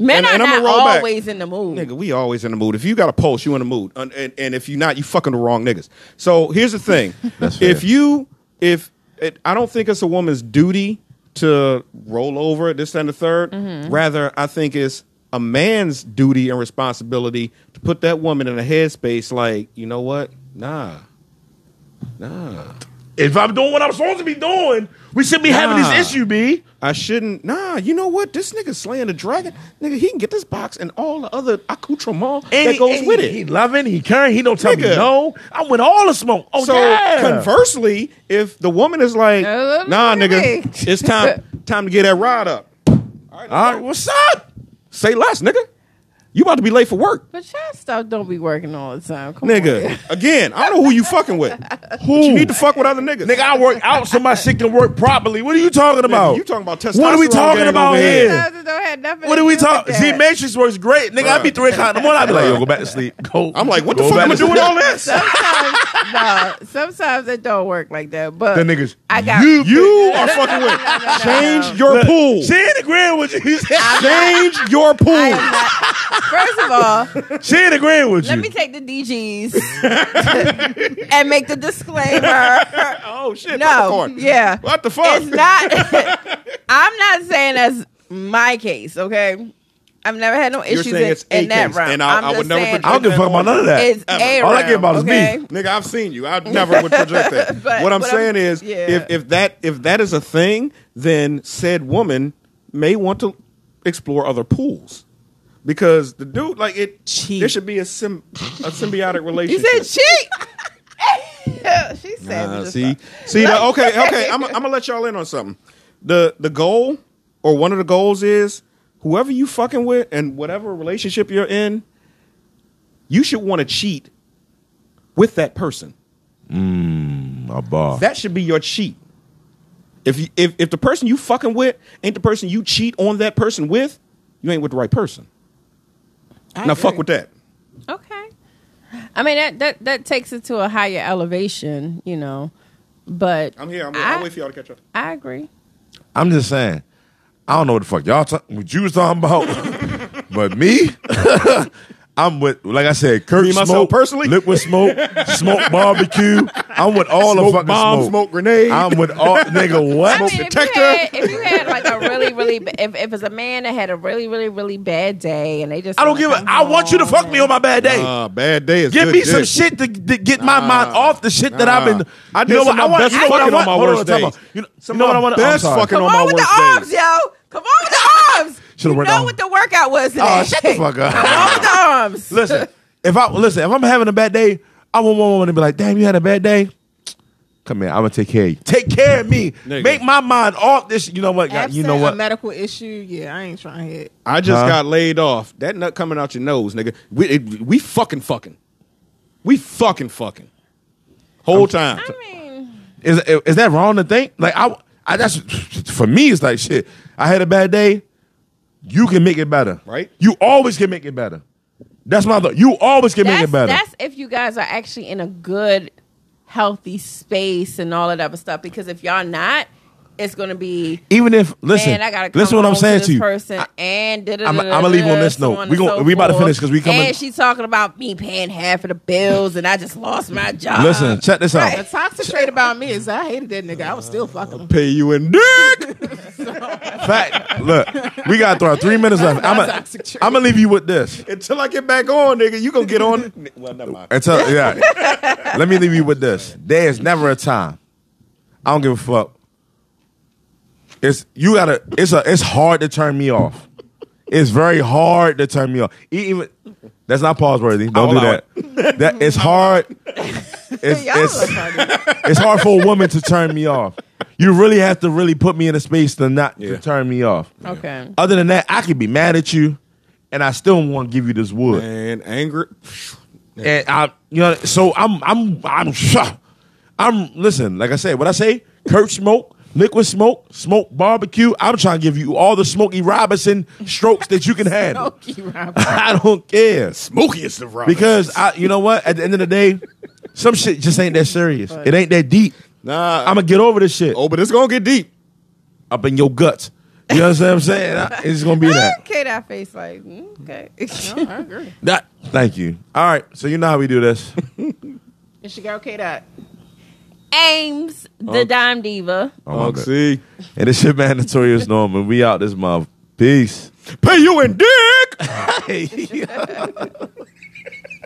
D: men
B: and- and
D: are
B: I'ma
D: not
B: roll back.
D: always in the mood.
B: Nigga,
E: Nigga, we always in the mood. If you got a pulse, you in the mood. And, and, and if you're not, you fucking the wrong niggas. So here's the thing.
A: (laughs) That's fair.
E: if you
B: if it, I don't think it's a woman's duty to roll over this and the 3rd
A: Mm-hmm.
B: Rather, I think it's a man's duty and responsibility to put that woman in a headspace like, you know what? Nah. Nah.
A: If I'm doing what I'm supposed to be doing, we shouldn't be having
B: Nah.
A: this issue, B.
B: I shouldn't. Nah, you know what? This nigga slaying a dragon. Nigga, he can get this box and all the other accoutrement that
A: he-
B: goes
A: and
B: with
A: he,
B: it.
A: He loving, he caring, he don't tell me
B: Nigga.
A: no. I went all the smoke. Oh
B: so
A: yeah.
B: conversely, if the woman is like,
D: Uh,
B: nah,
D: look at
B: nigga,
D: me."
A: (laughs)
B: it's time time to get that rod up.
A: all right, what's up?
B: Say less, nigga. You about to be late for work,
D: But y'all stuff don't be working all the time. Come on.
B: nigga. Again, I don't know who you fucking
D: (laughs)
B: with.
A: Who?
B: You need to fuck with other niggas.
A: Nigga, I work out so my shit can work properly. What are you talking about?
B: you talking about
A: What are we
B: testosterone
A: talking
B: gang
A: about
B: over here.
A: here?
D: Sometimes it don't have nothing
A: What
D: to
A: are we
D: do with
A: talking?
D: that.
A: Z Matrix works great, nigga. I be three o'clock in the morning. I be like, yo, go back to sleep. (laughs) Go.
B: I'm like, what the
A: go
B: fuck
A: back
B: am I
A: to
B: doing
A: sleep. (laughs)
B: all this?
D: Sometimes, nah, sometimes it don't work like that. But
A: The niggas,
D: I got (laughs)
A: you-
B: You are fucking with. Change your pool.
A: She in the grid with you.
B: Change your pool.
D: First
B: (laughs)
D: of all,
A: she in the grid with you.
D: let me take the DGs and make the disclaimer.
B: Oh shit!
D: No,
B: popcorn.
D: yeah,
B: What the fuck?
D: It's not. (laughs) I'm not saying that's my case. Okay, I've never had no
B: You're
D: issues
B: saying
D: in,
B: it's a
D: in that
B: case,
D: realm.
B: and I-
D: am
B: I would
D: just
B: never
D: saying
A: I don't give a fuck about none of that.
D: It's a
A: All I care about is me.
D: okay?
B: Nigga, I've seen you.
D: (laughs)
B: I never would project that.
D: But
B: what I'm
D: what I'm-
B: saying is,
D: yeah.
B: if if that if that is a thing, then said woman may want to explore other pools because the dude like it.
C: Cheat.
B: There should be a sym a symbiotic
D: (laughs) You
B: relationship. (laughs)
D: said cheat. she (laughs) said.
B: Uh, see, see, the, okay, okay. I'm, I'm gonna let y'all in on something. The the goal or one of the goals is whoever you fucking with and whatever relationship you're in, you should want to cheat with that person.
A: a bar.
B: That should be your cheat. If you, if if the person you fucking with ain't the person you cheat on that person with, you ain't with the right person. now fuck with that.
D: Okay. I mean that that that takes it to a higher elevation, you know. But
E: I'm here. I'm,
D: I-
E: I'll wait for y'all to catch up.
D: I agree.
A: I'm just saying. I don't know what the fuck y'all talk, what you was talking
D: (laughs)
A: about, but me, (laughs) I'm with like I said, Kirk
B: Me, myself,
A: smoke
B: personally?
A: liquid smoke, smoke barbecue. I'm with all the fucking
B: bomb,
A: smoke.
B: smoke grenade.
A: I'm with all (laughs) nigga. What?
D: I mean, if you,
B: detector.
D: had, if you had like a really really b- if if it's a man that had a really really really bad day and they just
A: I don't
D: wanna
A: give a.
D: come
A: I want you to
D: home
A: fuck me
D: and-
A: on my bad day.
B: Uh, bad day is
A: Give
B: good
A: me some
B: dick.
A: shit to, to get my mind off the shit that I've
B: Nah.
A: been.
B: I did
A: you know
B: some
A: what? I
B: of my
A: want.
B: best
A: you know what I
B: fucking on
A: want?
B: my
A: Hold on,
B: worst
A: time out.
B: days.
A: You know,
B: Some
A: you know
B: of
A: what I
B: my
A: want?
B: best fucking
D: Come
B: on
D: on,
B: my
D: with the
B: worst
D: arms,
B: days.
D: yo. Come on with the arms.
A: Should've
D: you
A: worked
D: know
A: on-
D: what the workout was today.
A: Oh, shut the fuck up.
D: Come on with
A: (laughs)
D: the arms.
A: Listen, if I listen, if I'm having a bad day, I want one woman to be like, "Damn, you had a bad day." Come here, I'm gonna take care of you. Take care of me.
B: Nigga.
A: Make my mind off this. You know what? God, you know
C: Absent
A: what?
C: A medical issue. Yeah, I ain't trying to hit.
B: I just
A: Huh?
B: got laid off. That nut coming out your nose, nigga. We it, we fucking fucking. We fucking fucking. Whole time.
D: I mean,
A: Is is that wrong to think? Like I, I that's for me. It's like shit. I had a bad day. You can make it better,
B: Right.
A: You always can make it better. That's my thought. You always can make
D: that's,
A: it better.
D: that's if you guys are actually in a good, healthy space and all of that other stuff. Because if y'all not, it's gonna be
A: Even if listen,
D: man, I gotta come
A: listen what I'm
D: home to
A: saying
D: this
A: to you.
D: person and da, da,
A: I'ma-
D: da, da,
A: I'ma leave
D: da,
A: on this
D: so
A: note.
D: on
A: We
D: and
A: gon-
D: so
A: we about to
D: forth.
A: finish 'cause we coming-
D: And she's talking about me paying half of the bills and I just lost my job.
A: Listen, check this
C: The
A: out.
C: toxic trait about me is I hated that nigga. I was still fucking him.
B: Pay you in dick.
A: Fact, look, we got through our three minutes left. I'm gonna
C: Toxic trait.
A: I'm gonna leave you with this.
B: Until I get back on, nigga, you gonna get on. (laughs) well, never mind.
A: And so, yeah, let me leave you with this. There is never a time. I don't give a fuck. It's you gotta. It's a. It's hard to turn me off. It's very hard to turn me off. E- Even that's not pause worthy. Don't do
B: allow
A: that. That it's
D: (laughs)
A: hard. It's,
D: Y'all
A: it's,
D: look funny.
A: it's hard for a woman to turn me off. You really have to really put me in a space to not to turn me off.
D: Okay.
A: Other than that, I could be mad at you, and I still want to give you this wood.
B: And anger.
A: And I, you know, so I'm, I'm, I'm, I'm. Listen, like I said, what I say, Kurt smoke, liquid smoke, smoke barbecue. I'm trying to give you all the Smokey Robinson strokes that you can have.
C: Smokey Robinson.
A: (laughs) I don't care
B: Smokey is the rock.
A: because I, you know what? At the end of the day, some shit just ain't that serious. It ain't that deep.
B: Nah.
A: I'm gonna get over this shit
B: oh, but it's gonna get deep.
A: up in your guts. You know what I'm saying? I- It's gonna be that.
D: Okay, that face like mm,
A: (laughs)
D: okay.
C: I agree.
A: That. Thank you. All right. So you know how we do (laughs) this.
C: It should go okay that.
D: Ames, the
A: Um,
D: dime diva.
A: Oh, my God.
B: see.
A: And it's your man, Notorious Norman. (laughs) We out this month. Peace.
B: Pay you in dick.
A: Hey.